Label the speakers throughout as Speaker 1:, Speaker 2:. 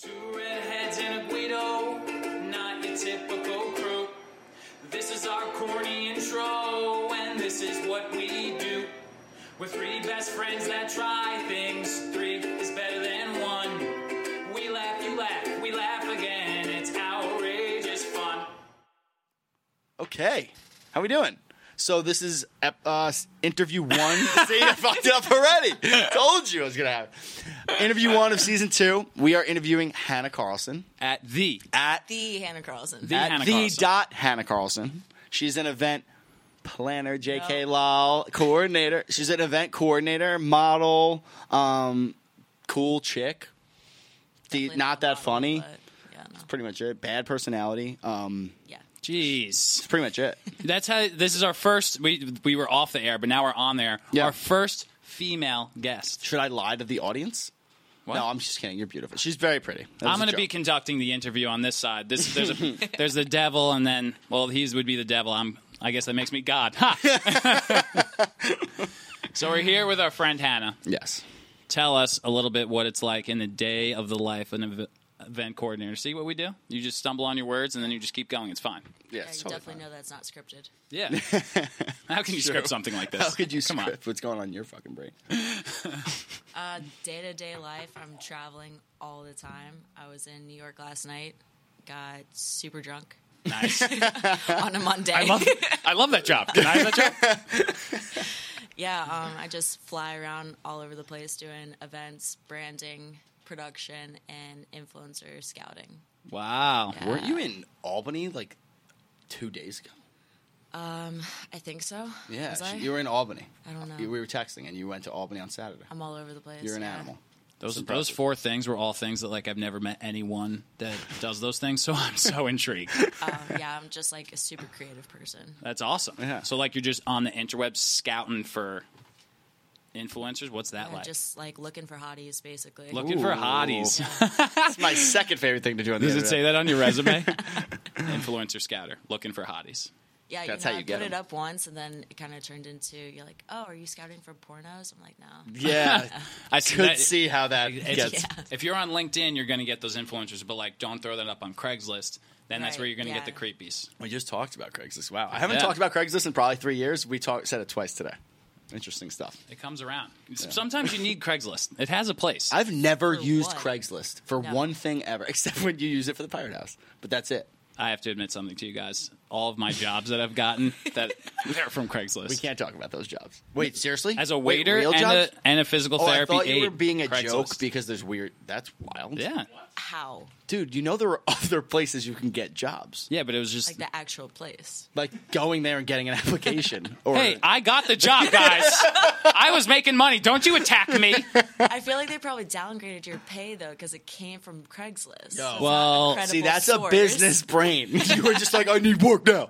Speaker 1: Two redheads and a Guido, not your typical crew. This is our corny intro, and this is what we do. We're three best friends that try things. Three is better than one. We laugh, you laugh, we laugh again. It's outrageous fun.
Speaker 2: Okay. How we doing? So this is ep- uh, s- interview one. See, I fucked it up already. Told you it was gonna happen. Interview one of season two. We are interviewing Hannah Carlson
Speaker 1: At the
Speaker 2: at
Speaker 3: The Hannah Carlson.
Speaker 1: The-
Speaker 2: at
Speaker 1: Hannah
Speaker 2: the
Speaker 1: Carlson.
Speaker 2: dot Hannah Carlson. She's an event planner, J.K. Lal coordinator. She's an event coordinator, model, um, cool chick. The,
Speaker 3: Definitely
Speaker 2: not that
Speaker 3: model,
Speaker 2: funny.
Speaker 3: but, Yeah, no.
Speaker 2: Pretty much it. Bad personality. Um,
Speaker 3: Yeah.
Speaker 2: it's
Speaker 1: jeez,
Speaker 2: pretty much it.
Speaker 1: that's how. This is our first. We we were off the air, but now we're on there.
Speaker 2: Yeah.
Speaker 1: Our first female guest.
Speaker 2: Should I lie to the audience?
Speaker 1: What?
Speaker 2: No, I'm just kidding. You're beautiful. She's very pretty. That was
Speaker 1: I'm
Speaker 2: a
Speaker 1: going to be
Speaker 2: joke.
Speaker 1: conducting the interview on this side. This, there's a, there's the devil, and then well, he's would be the devil. I'm. I guess that makes me God. Ha! so we're here with our friend Hannah.
Speaker 2: yes.
Speaker 1: Tell us a little bit what it's like in the day of the life of an ev- event coordinator. See what we do? You just stumble on your words, and then you just keep going. It's fine.
Speaker 2: Yes.
Speaker 3: I
Speaker 2: totally
Speaker 3: definitely
Speaker 2: fine.
Speaker 3: know that's not scripted.
Speaker 1: Yeah. How can you script something like this?
Speaker 2: How could you
Speaker 1: Come on.
Speaker 2: script what's going on in your fucking brain?
Speaker 3: Uh, day to day life, I'm traveling all the time. I was in New York last night, got super drunk
Speaker 1: Nice.
Speaker 3: on a Monday.
Speaker 1: I love, I love that job. Can I have that job?
Speaker 3: yeah, um, I just fly around all over the place doing events, branding, production, and influencer scouting.
Speaker 1: Wow.
Speaker 2: Weren't you in Albany like two days ago?
Speaker 3: I think so.
Speaker 2: Yeah,
Speaker 3: Was
Speaker 2: she-
Speaker 3: I?
Speaker 2: you were in Albany.
Speaker 3: I don't know.
Speaker 2: You- We were texting, and you went to Albany on Saturday.
Speaker 3: I'm all over the place.
Speaker 2: You're an
Speaker 3: yeah.
Speaker 2: animal.
Speaker 1: Those those
Speaker 2: It's impressive.
Speaker 1: four things were all things that like I've never met anyone that does those things. So I'm so intrigued.
Speaker 3: Um, yeah, I'm just like a super creative person.
Speaker 1: That's awesome.
Speaker 2: Yeah.
Speaker 1: So like you're just on the interweb scouting for influencers. What's that
Speaker 3: I'm
Speaker 1: like?
Speaker 3: just like looking for hotties, basically.
Speaker 1: Looking for
Speaker 2: Ooh.
Speaker 1: hotties.
Speaker 2: That's my second favorite thing to do on the
Speaker 1: Does it
Speaker 2: internet.
Speaker 1: say that on your resume? Influencer scouter, looking for hotties.
Speaker 3: Yeah,
Speaker 2: That's
Speaker 3: you know,
Speaker 2: how you
Speaker 3: I
Speaker 2: get
Speaker 3: put
Speaker 2: 'em.
Speaker 3: it up once, and then it kind of turned into you're like, oh, are you scouting for pornos? I'm like, no.
Speaker 2: Yeah,
Speaker 1: I see
Speaker 2: could
Speaker 1: that-
Speaker 2: see how that gets.
Speaker 1: it's- If you're on LinkedIn, you're going to get those influencers, but like don't throw that up on Craigslist. Then that's
Speaker 3: Right,
Speaker 1: where you're going to
Speaker 3: yeah.
Speaker 1: get the creepies.
Speaker 2: We just talked about Craigslist. Wow, I haven't
Speaker 1: Yeah.
Speaker 2: talked about Craigslist in probably three years. We talked said it twice today. Interesting stuff.
Speaker 1: It comes around. Sometimes you need Craigslist. It has a place.
Speaker 2: I've never
Speaker 3: For
Speaker 2: used
Speaker 3: what?
Speaker 2: Craigslist for
Speaker 3: No.
Speaker 2: one thing ever, except when you use it for the Pirate House. But that's it.
Speaker 1: I have to admit something to you guys. All of my jobs that I've gotten that they're from Craigslist.
Speaker 2: We can't talk about those jobs. Wait, seriously?
Speaker 1: As a
Speaker 2: Wait,
Speaker 1: waiter
Speaker 2: real
Speaker 1: and, a,
Speaker 2: jobs?
Speaker 1: and a physical
Speaker 2: oh, I
Speaker 1: therapy
Speaker 2: thought you were
Speaker 1: aide,
Speaker 2: being a joke
Speaker 1: Craigslist.
Speaker 2: because there's weird. That's wild.
Speaker 1: yeah,
Speaker 3: How?
Speaker 2: dude. You know there are other places you can get jobs,
Speaker 1: yeah, but it was just
Speaker 3: Like the actual place.
Speaker 2: like going there and getting an application. Or
Speaker 1: hey, I got the job, guys. I was making money. Don't you attack me?
Speaker 3: I feel like they probably downgraded your pay though because it came from Craigslist. So it's not
Speaker 1: Well,
Speaker 3: a credible
Speaker 2: see, that's a
Speaker 3: source.
Speaker 2: business brain. you were just like, I need work now.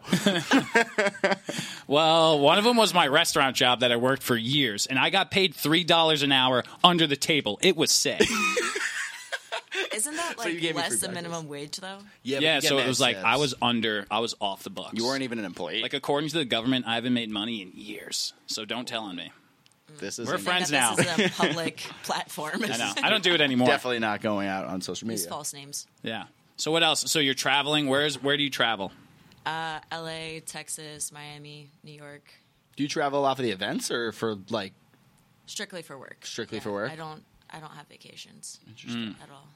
Speaker 1: Well, one of them was my restaurant job that I worked for years, and I got paid three dollars an hour under the table. It was sick.
Speaker 3: Isn't that
Speaker 2: you
Speaker 3: like
Speaker 2: gave me free
Speaker 3: less than
Speaker 2: breakfast.
Speaker 3: minimum wage though?
Speaker 2: Yeah,
Speaker 1: yeah, so it was like I was under. I was off the books.
Speaker 2: You weren't e- even an employee.
Speaker 1: like according to the government. I haven't made money in years, so don't tell on me.
Speaker 2: this is
Speaker 1: We're friends now.
Speaker 3: That this is a public platform.
Speaker 1: I know I don't do it anymore.
Speaker 2: Definitely not going out on social
Speaker 3: Use
Speaker 2: media.
Speaker 3: false names.
Speaker 1: Yeah. So what else? So you're traveling. Where's where do you travel?
Speaker 3: L.A., Texas, Miami, New York,
Speaker 2: Do you travel a lot for the events or for like?
Speaker 3: strictly for work.
Speaker 2: Strictly
Speaker 3: Yeah,
Speaker 2: for work?
Speaker 3: I don't. I don't have vacations at all.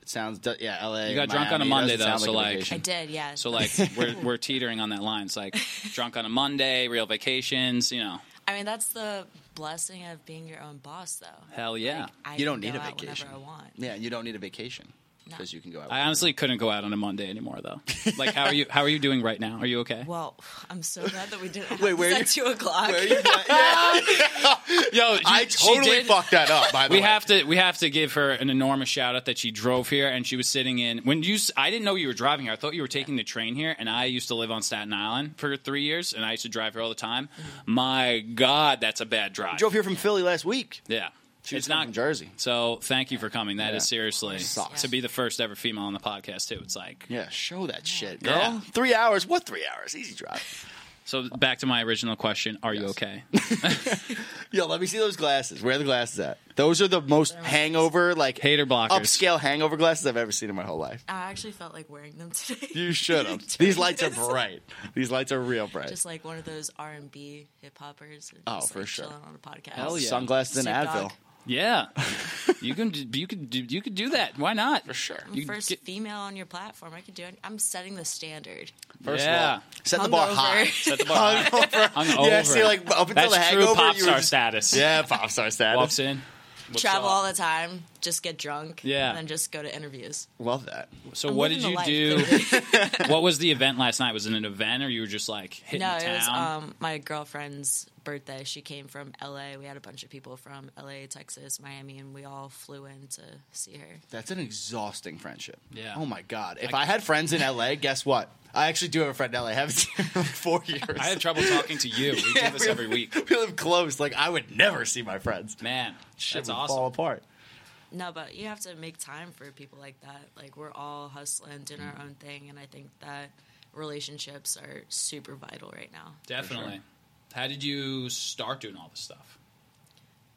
Speaker 2: It sounds yeah, L.A.
Speaker 1: You got drunk on a
Speaker 2: Miami,
Speaker 1: Monday,
Speaker 2: doesn't
Speaker 1: though,
Speaker 2: sound
Speaker 1: so,
Speaker 2: a
Speaker 1: like-
Speaker 2: vacation.
Speaker 3: I did, yeah.
Speaker 1: So like we're we're teetering on that line. It's like drunk on a Monday, real vacations. You know,
Speaker 3: I mean, that's the blessing of being your own boss, though.
Speaker 1: hell yeah.
Speaker 3: I
Speaker 2: you don't
Speaker 3: can
Speaker 2: need
Speaker 3: go
Speaker 2: a
Speaker 3: out
Speaker 2: vacation.
Speaker 3: Whenever I want.
Speaker 2: Yeah, you don't need a vacation because you can go out.
Speaker 1: I honestly couldn't go out on a Monday anymore though. Like how are you how are you doing right now? Are you okay?
Speaker 3: Well, I'm so glad that we didn't. Have
Speaker 2: Wait, where
Speaker 3: this
Speaker 2: are
Speaker 3: at two o'clock?
Speaker 2: Where are you going? Yeah,
Speaker 1: Yo, you-
Speaker 2: I
Speaker 1: she
Speaker 2: totally
Speaker 1: did-
Speaker 2: fucked that up. By the
Speaker 1: We
Speaker 2: way,
Speaker 1: have to we have to give her an enormous shout out that she drove here and she was sitting in when you s- I didn't know you were driving here. I thought you were taking the train here and I used to live on Staten Island for 3 years and I used to drive here all the time. My god, that's a bad drive.
Speaker 2: drove here from Philly last week.
Speaker 1: Yeah.
Speaker 2: She was coming from Jersey.
Speaker 1: So thank you for coming. That is
Speaker 2: Yeah.
Speaker 1: seriously
Speaker 2: Sucks.
Speaker 1: to be the first ever female on the podcast too. It's like
Speaker 2: Yeah, show that shit, girl.
Speaker 1: Yeah.
Speaker 2: Three hours? What three hours? Easy drive.
Speaker 1: So back to my original question: Are you
Speaker 2: Yes.
Speaker 1: okay?
Speaker 2: Yo, let me see those glasses. Where are the glasses at? Those are the most hangover, like
Speaker 1: Hater blockers.
Speaker 2: upscale hangover glasses I've ever seen in my whole life.
Speaker 3: I actually felt like wearing them today.
Speaker 2: You should have. These lights are bright. These lights are real bright.
Speaker 3: Just like one of those R and B hip hoppers. and
Speaker 2: Oh,
Speaker 3: just,
Speaker 2: for
Speaker 3: like,
Speaker 2: sure.
Speaker 3: Chilling on a podcast.
Speaker 1: Hell yeah.
Speaker 2: Sunglasses and
Speaker 3: Snoop
Speaker 2: Advil.
Speaker 3: Dogg.
Speaker 1: Yeah, you can. d- You could. do- You could do that. Why not? For
Speaker 2: sure.
Speaker 3: I'm first female on your platform. I can do it. I'm setting the standard.
Speaker 2: First of
Speaker 1: Yeah.
Speaker 2: all, set the bar
Speaker 3: Hungover.
Speaker 2: high.
Speaker 1: set the bar. high. Hungover.
Speaker 2: Yeah, see, like up until
Speaker 1: that's
Speaker 2: the
Speaker 1: true
Speaker 2: hangover,
Speaker 1: pop
Speaker 2: you
Speaker 1: star
Speaker 2: were just,
Speaker 1: status.
Speaker 2: yeah, pop star status.
Speaker 1: walks in. What's
Speaker 3: Travel
Speaker 1: up?
Speaker 3: all the time. Just get drunk.
Speaker 1: Yeah.
Speaker 3: And then just go to interviews.
Speaker 2: Love that.
Speaker 1: So
Speaker 3: I'm
Speaker 1: what did
Speaker 3: living the
Speaker 1: you
Speaker 3: life,
Speaker 1: do?
Speaker 3: literally.
Speaker 1: what was the event last night? Was it an event, or you were just like hitting
Speaker 3: no,
Speaker 1: the town?
Speaker 3: it was um, my girlfriend's birthday. She came from LA. We had a bunch of people from LA, Texas, Miami, and we all flew in to see her.
Speaker 2: That's an exhausting friendship.
Speaker 1: Yeah.
Speaker 2: Oh my god. If I, had friends in LA, guess what? I actually do have a friend in LA. I haven't seen him in four years.
Speaker 1: I have trouble talking to you. We do this
Speaker 2: we-
Speaker 1: every week.
Speaker 2: We live close. Like I would never see my friends.
Speaker 1: Man,
Speaker 2: Shit
Speaker 1: that's
Speaker 2: would
Speaker 1: awesome.
Speaker 2: Fall apart.
Speaker 3: No, but you have to make time for people like that. Like we're all hustling, doing
Speaker 1: Mm-hmm.
Speaker 3: our own thing, and I think that relationships are super vital right now.
Speaker 1: Definitely. How did you start doing all this stuff?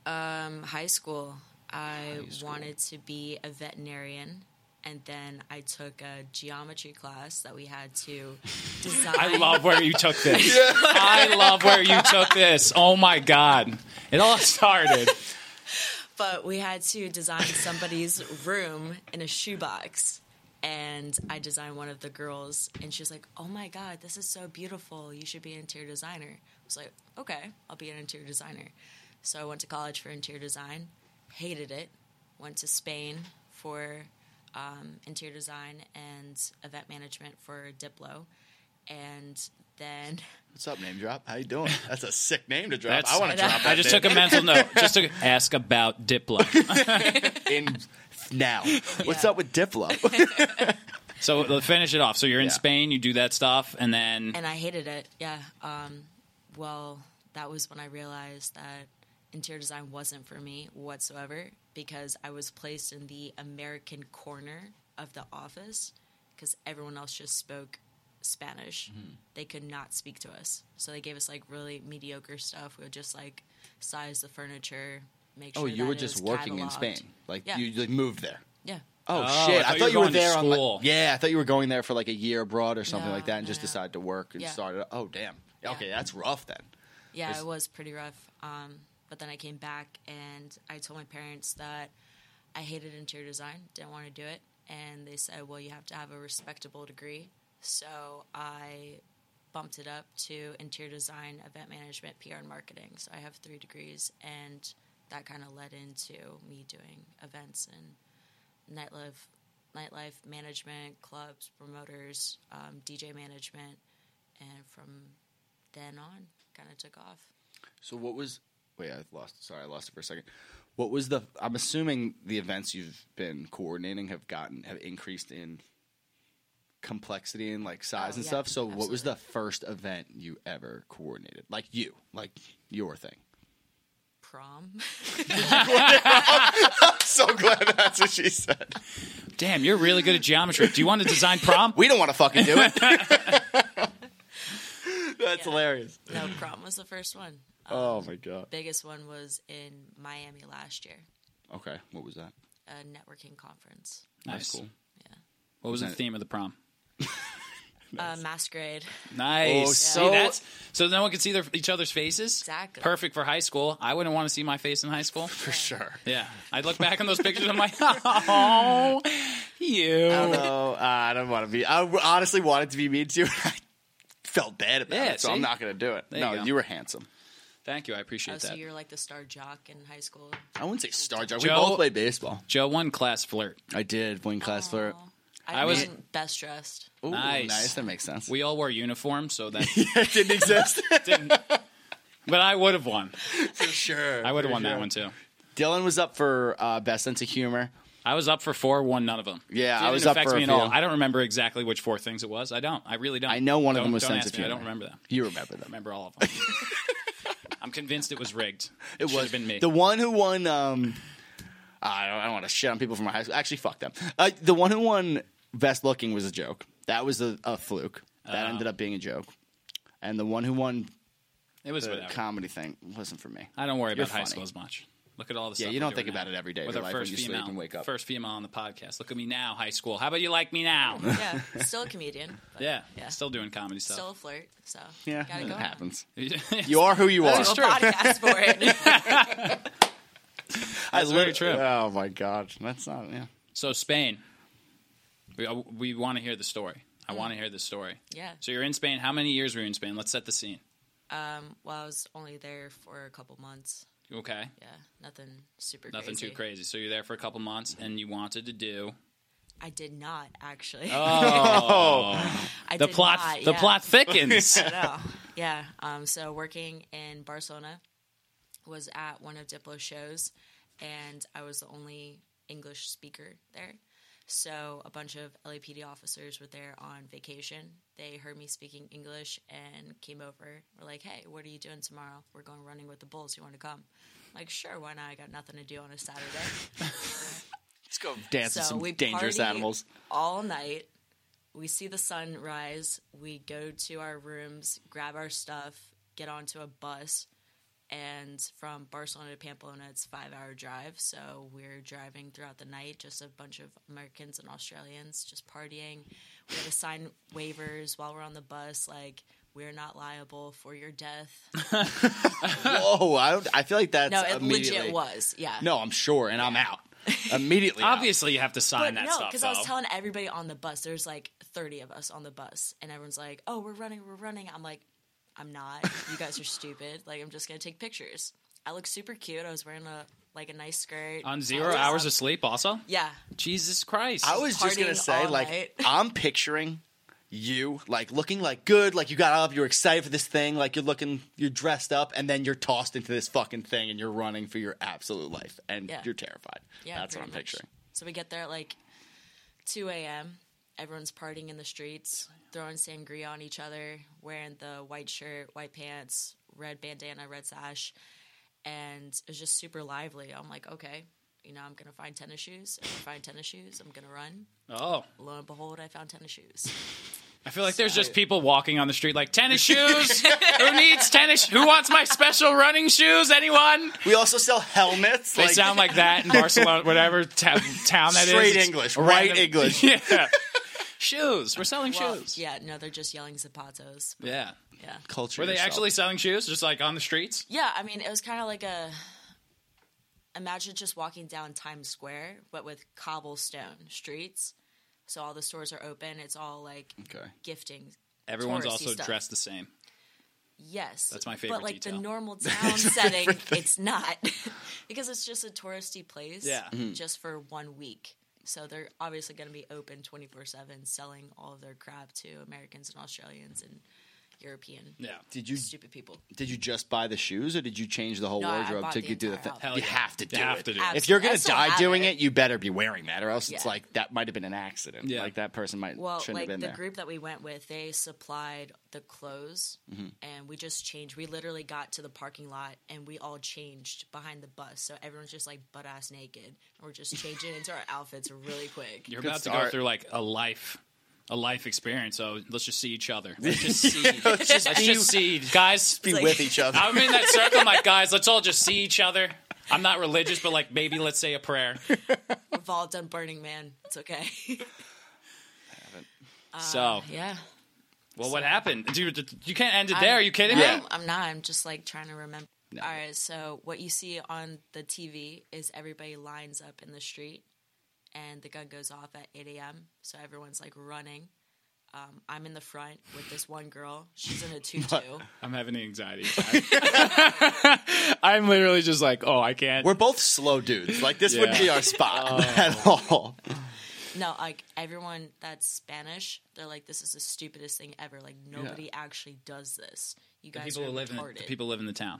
Speaker 3: Um, high school, I
Speaker 1: High school.
Speaker 3: wanted to be a veterinarian. And then I took a geometry class that we had to design.
Speaker 1: I love where you took this. I love where you took this. Oh my god. It all started.
Speaker 3: but we had to design somebody's room in a shoebox. And I designed one of the girls, and she was like, "Oh my god, this is so beautiful! You should be an interior designer." I was like, "Okay, I'll be an interior designer." So I went to college for interior design, hated it. Went to Spain for um, interior design and event management for Diplo, and then
Speaker 2: What's up, name drop? How you doing? That's a sick name to drop.
Speaker 1: That's-
Speaker 2: I want to
Speaker 3: I know.
Speaker 2: drop.
Speaker 1: I just took a mental note. Just to ask about Diplo.
Speaker 2: a in now. What's
Speaker 3: Yeah.
Speaker 2: up with Diplo?
Speaker 1: So let's finish it off. So you're in
Speaker 2: Yeah.
Speaker 1: Spain, you do that stuff, and then
Speaker 3: and I hated it. Yeah. Um, well, that was when I realized that interior design wasn't for me whatsoever because I was placed in the American corner of the office because everyone else just spoke Spanish.
Speaker 2: Mm-hmm.
Speaker 3: They could not speak to us, so they gave us like really mediocre stuff. We would just like size the furniture, make sure.
Speaker 2: oh, you
Speaker 3: that
Speaker 2: were
Speaker 3: it
Speaker 2: just
Speaker 3: was
Speaker 2: working in
Speaker 3: cataloged.
Speaker 2: Spain. Like
Speaker 3: Yeah.
Speaker 2: you like, moved there.
Speaker 3: Yeah.
Speaker 2: Oh,
Speaker 1: Oh,
Speaker 2: shit! I thought, you, were
Speaker 1: going to
Speaker 2: there on
Speaker 1: school.
Speaker 2: like, yeah. I thought you were going there for like a year abroad or something
Speaker 3: No,
Speaker 2: like that, and
Speaker 3: no,
Speaker 2: just
Speaker 3: no.
Speaker 2: decided to work and
Speaker 3: Yeah.
Speaker 2: started. Oh damn!
Speaker 3: Yeah.
Speaker 2: Okay, that's rough then.
Speaker 3: Yeah,
Speaker 2: Is-
Speaker 3: it was pretty rough. Um, but then I came back and I told my parents that I hated interior design, didn't want to do it. And they said, well, you have to have a respectable degree. So I bumped it up to interior design, event management, PR, and marketing. So I have three degrees. And that kind of led into me doing events and nightlife, nightlife management, clubs, promoters, um, DJ management. And from then on, kind of took off.
Speaker 2: So what was? Wait, I lost. Sorry, I lost it for a second. What was the? I'm assuming the events you've been coordinating have gotten have increased in complexity and like size
Speaker 3: Oh,
Speaker 2: and
Speaker 3: yeah,
Speaker 2: stuff. So what was the
Speaker 3: absolutely.
Speaker 2: first event you ever coordinated? Like you, like your thing.
Speaker 3: Prom.
Speaker 2: So glad that's what she said.
Speaker 1: damn, you're really good at geometry. Do you want to design prom?
Speaker 2: We don't want to fucking do it. that's hilarious.
Speaker 3: no, prom was the first one. Uh,
Speaker 2: Oh my god.
Speaker 3: biggest one was in Miami last year,
Speaker 2: Okay, what was that?
Speaker 3: a networking conference.
Speaker 1: Nice.
Speaker 2: Cool.
Speaker 1: What was the
Speaker 2: Nice.
Speaker 1: theme of the prom?
Speaker 3: Uh, masquerade.
Speaker 1: Nice.
Speaker 2: Oh,
Speaker 1: so
Speaker 2: so-
Speaker 1: that's so no one could see their, each other's faces.
Speaker 3: Exactly.
Speaker 1: Perfect for high school. I wouldn't want to see my face in high school.
Speaker 2: For sure.
Speaker 1: Yeah, I look back on those pictures. I'm like, oh, you.
Speaker 3: Oh.
Speaker 2: I don't know. Uh, I don't want to be. I w- honestly wanted to be mean to you. I felt bad about
Speaker 1: Yeah,
Speaker 2: it, so I'm
Speaker 1: see?
Speaker 2: not going to do it.
Speaker 1: There
Speaker 2: no,
Speaker 1: you
Speaker 2: you,
Speaker 1: go.
Speaker 2: were handsome.
Speaker 1: Thank you. I
Speaker 3: Oh,
Speaker 1: appreciate
Speaker 3: so
Speaker 1: that.
Speaker 3: you're like the star jock in high school.
Speaker 2: I wouldn't say star job.
Speaker 1: Joe-
Speaker 2: we both played baseball.
Speaker 1: Joe one class flirt.
Speaker 2: I did wing class flirt.
Speaker 3: Aw.
Speaker 1: I
Speaker 3: I,
Speaker 1: was-
Speaker 3: was best dressed.
Speaker 2: Ooh,
Speaker 1: Nice.
Speaker 2: That makes sense.
Speaker 1: We all wore uniforms, so that
Speaker 2: it didn't exist
Speaker 1: didn't. But I would have won.
Speaker 2: for sure.
Speaker 1: I would have
Speaker 2: for
Speaker 1: won that
Speaker 2: sure.
Speaker 1: one too.
Speaker 2: Dylan was up for uh, best sense of humor.
Speaker 1: I was up for four, won none of them.
Speaker 2: Yeah,
Speaker 1: It
Speaker 2: I
Speaker 1: didn't
Speaker 2: was up
Speaker 1: affect
Speaker 2: for a
Speaker 1: me at all.
Speaker 2: few.
Speaker 1: I don't remember exactly which four things it was. I don't. I really don't.
Speaker 2: I know one of
Speaker 1: Don't-
Speaker 2: them was
Speaker 1: don't
Speaker 2: sense
Speaker 1: ask
Speaker 2: of
Speaker 1: me. I
Speaker 2: humor.
Speaker 1: don't remember them.
Speaker 2: You remember them?
Speaker 1: Remember all of them. I'm convinced it was rigged.
Speaker 2: It
Speaker 1: Should have
Speaker 2: was
Speaker 1: been me.
Speaker 2: The one who won. Um, Ah, I don't, I don't want to shit on people from my high school. Actually, fuck them. Uh, the one Oh. who won best looking was a joke. That was a, a fluke. That ended up being a joke. and the one who won
Speaker 1: It was
Speaker 2: the
Speaker 1: whatever.
Speaker 2: comedy thing wasn't for me.
Speaker 1: I don't worry
Speaker 2: Uh, You're
Speaker 1: about high
Speaker 2: funny.
Speaker 1: school as much. Look at all the
Speaker 2: Yeah,
Speaker 1: stuff. we're
Speaker 2: you don't think
Speaker 1: doing
Speaker 2: about
Speaker 1: now.
Speaker 2: it every day of
Speaker 1: With
Speaker 2: your
Speaker 1: our
Speaker 2: life when
Speaker 1: first
Speaker 2: you sleep
Speaker 1: female,
Speaker 2: and wake up.
Speaker 1: First female on the podcast. Look at me now, high school. How about you like me now?
Speaker 3: Yeah, still a comedian. but
Speaker 1: yeah,
Speaker 3: yeah.
Speaker 1: still doing comedy stuff.
Speaker 3: Still a flirt. So
Speaker 2: Yeah,
Speaker 3: gotta
Speaker 2: it
Speaker 3: go.
Speaker 2: happens. You
Speaker 1: you
Speaker 2: are who you are.
Speaker 3: That's true. Podcast for it.
Speaker 2: I
Speaker 1: That's very
Speaker 2: lit-
Speaker 1: true.
Speaker 2: Oh my god, that's not. Yeah,
Speaker 1: so Spain. We, uh, we want to hear the story. I want to hear the story.
Speaker 3: Mm. Yeah.
Speaker 1: So you're in Spain. How many years were you in Spain? Let's set the scene.
Speaker 3: Well, I was only there for a couple months.
Speaker 1: Okay.
Speaker 3: Yeah, nothing super.
Speaker 1: Nothing
Speaker 3: crazy.
Speaker 1: too crazy. So you're there for a couple months,
Speaker 3: Mm-hmm.
Speaker 1: and you wanted to do
Speaker 3: I did not actually. I
Speaker 1: Oh. the
Speaker 3: did
Speaker 1: plot.
Speaker 3: not,
Speaker 1: the
Speaker 3: yeah.
Speaker 1: plot thickens.
Speaker 3: I know. Yeah. Um, so working in Barcelona was at one of Diplo's shows, and I was the only English speaker there. So a bunch of LAPD officers were there on vacation. They heard me speaking English and came over. Were like, "Hey, what are you doing tomorrow? We're going running with the bulls. You want to come?" I'm like, sure. Why not? I got nothing to do on a Saturday.
Speaker 2: let's go dance
Speaker 3: So
Speaker 2: with some
Speaker 3: we
Speaker 2: dangerous
Speaker 3: party
Speaker 2: animals.
Speaker 3: all night. We see the sun rise. We go to our rooms, grab our stuff, get onto a bus, and from Barcelona to Pamplona, it's a five-hour drive. So we're driving throughout the night, just a bunch of Americans and Australians just partying. We had to sign waivers while we're on the bus, like we're not liable for your death.
Speaker 2: Whoa, Oh, I don't. I feel like that's
Speaker 3: No, it
Speaker 2: immediately.
Speaker 3: legit was. Yeah.
Speaker 2: No, I'm sure, and I'm out immediately. out.
Speaker 1: Obviously, you have to sign
Speaker 3: But
Speaker 1: that
Speaker 3: no,
Speaker 1: stuff.
Speaker 3: because I was
Speaker 1: though.
Speaker 3: telling everybody on the bus. There's like 30 of us on the bus, and everyone's like, "Oh, we're running, we're running." I'm like, "I'm not. You guys are stupid. Like, I'm just gonna take pictures." I look super cute. I was wearing a like a nice skirt.
Speaker 1: on zero
Speaker 3: I was-
Speaker 1: hours of sleep. Also,
Speaker 3: Yeah,
Speaker 1: Jesus Christ!
Speaker 2: I was just gonna
Speaker 3: partying
Speaker 2: say,
Speaker 3: all
Speaker 2: like,
Speaker 3: night.
Speaker 2: I'm picturing you like looking like good, like you got up, you're excited for this thing, like you're looking, you're dressed up, and then you're tossed into this fucking thing, and you're running for your absolute life, and
Speaker 3: Yeah.
Speaker 2: you're terrified.
Speaker 3: yeah.
Speaker 2: that's what I'm
Speaker 3: pretty much.
Speaker 2: picturing.
Speaker 3: So we get there at like 2 a.m. Everyone's partying in the streets, throwing sangria on each other, wearing the white shirt, white pants, red bandana, red sash. and it was just super lively. I'm like, okay, you know, I'm gonna find tennis shoes. If I find tennis shoes, I'm gonna run.
Speaker 1: oh,
Speaker 3: Lo and behold, I found tennis shoes.
Speaker 1: I feel like there's just people walking on the street like tennis shoes. Who needs tennis? Who wants my special running shoes? Anyone?
Speaker 2: We also sell helmets.
Speaker 1: They
Speaker 2: like,
Speaker 1: sound like that in Barcelona, whatever ta- town that is.
Speaker 2: Straight
Speaker 1: It's
Speaker 2: English,
Speaker 1: a
Speaker 2: right English.
Speaker 1: Yeah, shoes. We're selling
Speaker 3: Well,
Speaker 1: shoes.
Speaker 3: yeah, no, they're just yelling zapatos.
Speaker 1: yeah.
Speaker 3: Yeah,
Speaker 2: culture.
Speaker 1: Were they
Speaker 2: yourself.
Speaker 1: actually selling shoes, just like on the streets?
Speaker 3: yeah. I mean, it was kind of like a imagine just walking down Times Square, but with cobblestone streets. So all the stores are open. It's all like
Speaker 2: Okay.
Speaker 3: gifting.
Speaker 1: Everyone's
Speaker 3: touristy
Speaker 1: also
Speaker 3: stuff.
Speaker 1: dressed the same.
Speaker 3: Yes.
Speaker 1: That's my favorite
Speaker 3: But like
Speaker 1: detail.
Speaker 3: the normal town setting, it's not because it's just a touristy place.
Speaker 1: Yeah.
Speaker 2: Mm-hmm.
Speaker 3: Just for one week. So they're obviously going to be open 24/7 selling all of their crap to Americans and Australians and European
Speaker 1: Yeah.
Speaker 2: Did you
Speaker 3: stupid people.
Speaker 2: did you just buy the shoes, or did you change the whole
Speaker 3: No, I
Speaker 2: wardrobe
Speaker 3: bought
Speaker 2: to
Speaker 3: the
Speaker 2: get- do the
Speaker 3: entire
Speaker 2: thing?
Speaker 3: outfit.
Speaker 2: you
Speaker 1: yeah.
Speaker 2: have to do
Speaker 1: You have
Speaker 2: it.
Speaker 1: to do
Speaker 3: Absolutely.
Speaker 1: it.
Speaker 2: If you're
Speaker 3: I
Speaker 2: gonna
Speaker 3: still
Speaker 2: die
Speaker 3: have
Speaker 2: doing
Speaker 3: it.
Speaker 2: it, you better be wearing that, or else it's
Speaker 3: Yeah.
Speaker 2: like that might have been an accident.
Speaker 1: Yeah.
Speaker 2: Like that person might
Speaker 3: Well,
Speaker 2: shouldn't
Speaker 3: like
Speaker 2: have been
Speaker 3: the
Speaker 2: there.
Speaker 3: group that we went with, they supplied the clothes,
Speaker 2: Mm-hmm.
Speaker 3: and we just changed. We literally got to the parking lot, and we all changed behind the bus. So everyone's just like butt ass naked, and we're just changing into our outfits really quick.
Speaker 1: You're
Speaker 2: Good
Speaker 1: about to go
Speaker 2: start.
Speaker 1: through like a life, a life experience. So let's just see each other. Let's just see. let's
Speaker 2: just
Speaker 1: just see, guys.
Speaker 2: be
Speaker 3: like-
Speaker 2: with each other.
Speaker 1: I'm in that circle. I'm like, guys, let's all just see each other. I'm not religious, but like maybe let's say a prayer.
Speaker 3: We've all done Burning Man. It's okay. Ah,
Speaker 1: so,
Speaker 3: yeah.
Speaker 1: well, what happened, dude? You can't end it there. Are you kidding
Speaker 2: Yeah.
Speaker 1: me?
Speaker 3: I'm not. I'm just like trying to remember. All right. So what you see on the TV is everybody lines up in the street, and the gun goes off at 8 a.m. So everyone's like running. Um, I'm in the front with this one girl. She's in a tutu.
Speaker 1: I'm having anxiety. I'm literally just like, oh, I can't.
Speaker 2: We're both slow dudes. Like this wouldn't
Speaker 1: Yeah.
Speaker 2: be our spot at all.
Speaker 3: no, like everyone that's Spanish, they're like, "This is the stupidest thing ever. Like nobody actually does this. You guys
Speaker 1: people
Speaker 3: are
Speaker 1: who live in the,
Speaker 3: retarded."
Speaker 1: the people who live in the town.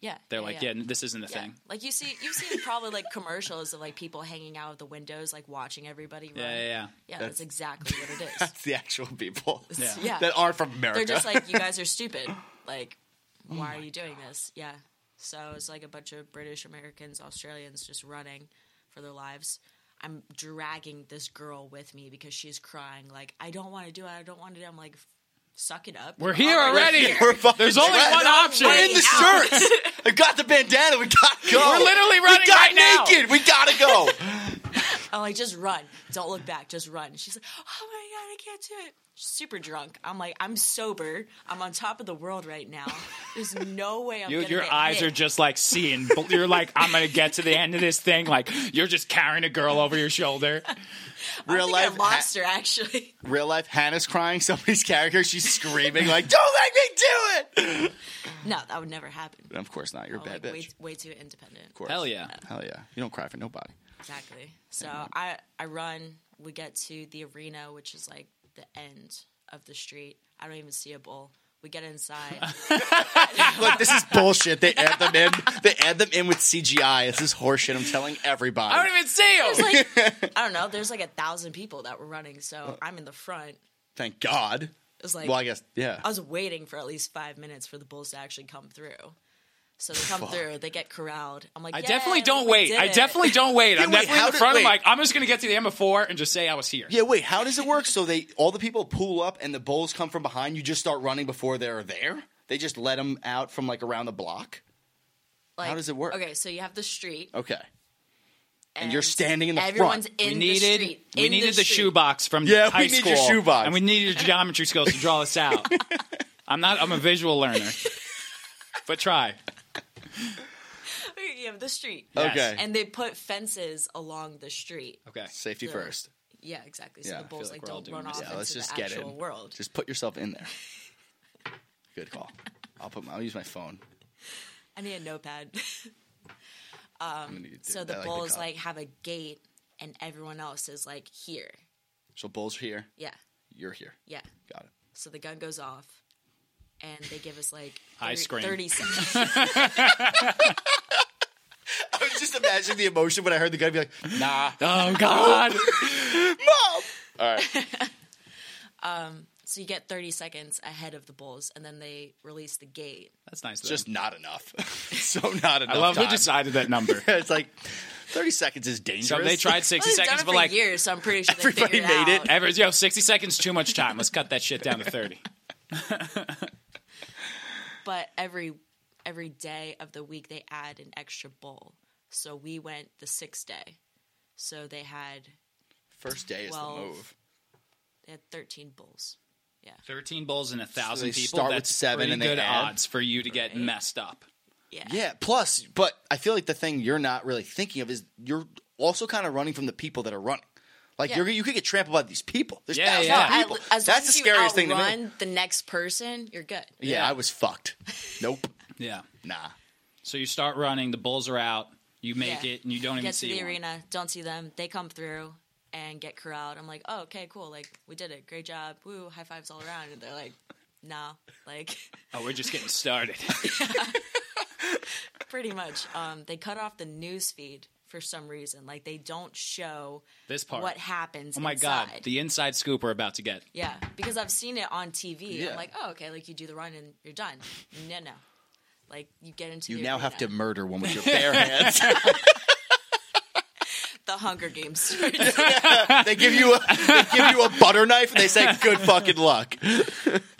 Speaker 3: yeah,
Speaker 1: They're like, yeah, this isn't a
Speaker 3: Yeah.
Speaker 1: thing.
Speaker 3: Like you see, you've seen probably like commercials of like people hanging out of the windows, like watching everybody. Run.
Speaker 1: Yeah, yeah, yeah.
Speaker 3: Yeah, that's,
Speaker 2: That's-
Speaker 3: exactly what it is.
Speaker 2: It's the actual people
Speaker 1: Yeah.
Speaker 3: Yeah.
Speaker 2: that are from America.
Speaker 3: They're just like, you guys are stupid. Like,
Speaker 1: Oh
Speaker 3: why are you doing this? Yeah. So it's like a bunch of British Americans, Australians just running for their lives. I'm dragging this girl with me because she's crying, like, I don't want to do it. I don't want to do it. I'm like, suck it up.
Speaker 1: We're here already.
Speaker 2: We're fucking
Speaker 1: There's only
Speaker 2: dressed.
Speaker 1: one option.
Speaker 2: We're in the
Speaker 3: out.
Speaker 2: shirts. I got the bandana. We got to go.
Speaker 1: We're literally running
Speaker 2: We got
Speaker 1: right now.
Speaker 2: naked. We gotta go.
Speaker 3: I'm like, just run. Don't look back. Just run. She's like, oh my God, I can't do it. Super drunk. I'm like, I'm sober. I'm on top of the world right now. There's no way I'm
Speaker 1: You,
Speaker 3: gonna
Speaker 1: your
Speaker 3: get
Speaker 1: eyes
Speaker 3: hit.
Speaker 1: are just like seeing. but You're like, I'm gonna get to the end of this thing. Like you're just carrying a girl over your shoulder.
Speaker 3: I
Speaker 2: Real
Speaker 3: think
Speaker 2: life.
Speaker 3: I lost her actually.
Speaker 2: Ha- real life. Hannah's crying. Somebody's character. She's screaming like, "Don't make me do it!"
Speaker 3: No, that would never happen.
Speaker 2: And of course not. You're a
Speaker 1: Oh,
Speaker 3: I'm
Speaker 2: bad
Speaker 3: like,
Speaker 2: bitch.
Speaker 3: way, way too independent.
Speaker 2: Of course.
Speaker 1: Hell yeah.
Speaker 2: Hell yeah. You don't cry for nobody.
Speaker 3: Exactly. So I I run. We get to the arena, which is like the end of the street. I don't even see a bull. We get inside.
Speaker 2: Look, this is bullshit. They add them in. They add them in with CGI. This is horseshit. I'm telling everybody.
Speaker 1: I don't even see you.
Speaker 3: Like, I don't know. There's like a thousand people that were running, so I'm in the front.
Speaker 2: Thank God.
Speaker 3: was like-
Speaker 2: well, I guess yeah.
Speaker 3: I was waiting for at least five minutes for the bulls to actually come through. So they come through. They get corralled. I'm like,
Speaker 1: I
Speaker 3: "Yay,
Speaker 1: definitely
Speaker 3: look,
Speaker 1: don't
Speaker 3: we
Speaker 1: wait.
Speaker 3: did
Speaker 1: I
Speaker 3: it."
Speaker 1: definitely don't wait. I'm
Speaker 2: wait,
Speaker 1: definitely
Speaker 2: how
Speaker 1: in
Speaker 2: did-
Speaker 1: front. I'm
Speaker 2: wait.
Speaker 1: like, I'm just gonna get to the end before and just say I was here.
Speaker 2: yeah. Wait. How does it work? So they all the people pull up and the bulls come from behind. You just start running before they're there. They just let them out from like around the block.
Speaker 3: Like,
Speaker 2: How does it work?
Speaker 3: Okay, so you have the street,
Speaker 2: Okay.
Speaker 3: and,
Speaker 2: you're standing in the front.
Speaker 3: everyone's in
Speaker 1: We
Speaker 3: the
Speaker 1: needed
Speaker 3: street.
Speaker 1: we
Speaker 3: in
Speaker 1: needed the,
Speaker 3: street.
Speaker 1: shoebox from
Speaker 2: Yeah, we
Speaker 1: high
Speaker 2: need
Speaker 1: school,
Speaker 2: your shoebox.
Speaker 1: and we needed your geometry skills to draw this out. I'm not. I'm a visual learner, but try.
Speaker 3: You have the street,
Speaker 1: Yes.
Speaker 2: Okay.
Speaker 3: and they put fences along the street.
Speaker 1: Okay.
Speaker 2: Safety
Speaker 3: Yeah.
Speaker 2: first.
Speaker 3: Yeah, exactly. So
Speaker 2: Yeah, I
Speaker 3: the
Speaker 2: feel
Speaker 3: bulls
Speaker 1: like
Speaker 3: like,
Speaker 1: we're all
Speaker 3: don't
Speaker 1: doing
Speaker 3: run
Speaker 1: this.
Speaker 3: off
Speaker 2: Yeah,
Speaker 3: into
Speaker 2: let's just
Speaker 3: the
Speaker 2: get it.
Speaker 3: actual world.
Speaker 2: Just put yourself in there. Good call. I'll put. My, I'll use my phone.
Speaker 3: I need a notepad.
Speaker 2: I'm gonna need to-
Speaker 3: so
Speaker 2: I
Speaker 3: the
Speaker 2: like
Speaker 3: bulls
Speaker 2: cop.
Speaker 3: like have a gate, and everyone else is like here.
Speaker 2: So bulls are here.
Speaker 3: Yeah,
Speaker 2: You're here.
Speaker 3: yeah.
Speaker 2: Got it.
Speaker 3: So the gun goes off, and they give us like
Speaker 1: I
Speaker 3: 30,
Speaker 1: scream.
Speaker 3: 30 seconds.
Speaker 2: I was just imagining the emotion when I heard the guy be like, "Nah,
Speaker 1: Oh God.
Speaker 2: mom." All right.
Speaker 3: so you get 30 seconds ahead of the bulls, and then they release the gate.
Speaker 1: That's nice.
Speaker 2: It's
Speaker 1: Just
Speaker 2: just not enough. so not enough.
Speaker 1: I love
Speaker 2: time.
Speaker 1: who decided that number.
Speaker 2: it's like thirty seconds is dangerous.
Speaker 1: So they tried 60
Speaker 3: Well, they've done
Speaker 1: seconds,
Speaker 3: it
Speaker 1: but
Speaker 3: for
Speaker 1: like
Speaker 3: years, so I'm pretty sure they
Speaker 2: everybody
Speaker 3: figured
Speaker 2: made it.
Speaker 3: out.
Speaker 1: Everyone's, yo, 60 seconds too much time. Let's cut that shit down to 30.
Speaker 3: but every every day of the week they add an extra bowl. So we went the sixth day. So they had
Speaker 2: First day is
Speaker 3: Twelve
Speaker 2: the move.
Speaker 3: they had thirteen bowls.
Speaker 1: 13 bulls and a
Speaker 2: So
Speaker 1: thousand
Speaker 2: they
Speaker 1: people.
Speaker 2: start with
Speaker 1: That's
Speaker 2: seven
Speaker 1: pretty
Speaker 2: and they
Speaker 1: good
Speaker 2: add?
Speaker 1: odds for you to get messed up.
Speaker 3: Yeah.
Speaker 2: Yeah. Plus, but I feel like the thing you're not really thinking of is you're also kind of running from the people that are running. Like
Speaker 3: Yeah.
Speaker 2: you're, you could get trampled by these people. There's
Speaker 1: Yeah,
Speaker 2: thousands
Speaker 1: yeah.
Speaker 2: of
Speaker 3: I-
Speaker 2: people.
Speaker 3: as long
Speaker 2: That's the
Speaker 3: as you
Speaker 2: scariest thing to me.
Speaker 3: outrun the next person, you're good.
Speaker 2: Yeah, I was fucked. Nope.
Speaker 1: Yeah.
Speaker 2: Nah.
Speaker 1: So you start running, the bulls are out, you make
Speaker 3: Yeah.
Speaker 1: it, and you don't even
Speaker 3: Get to
Speaker 1: see
Speaker 3: the
Speaker 1: one.
Speaker 3: arena, don't see them. They come through and get corralled. I'm like, oh, okay, cool. Like we did it. Great job. Woo, high fives all around. And they're like, no, like
Speaker 1: Oh, we're just getting started.
Speaker 3: pretty much. Um, they cut off the news feed for some reason. Like they don't show
Speaker 1: This part.
Speaker 3: what happens.
Speaker 1: Oh my God.
Speaker 3: inside.
Speaker 1: The inside scoop we're about to get.
Speaker 3: Yeah, because I've seen it on TV.
Speaker 2: Yeah.
Speaker 3: I'm like, oh, okay, like you do the run and you're done. No, no, like you get into
Speaker 2: You
Speaker 3: the
Speaker 2: now have to
Speaker 3: arena.
Speaker 2: murder one with your bare hands.
Speaker 3: the Hunger Games.
Speaker 2: they give you a they give you a butter knife and they say good fucking luck.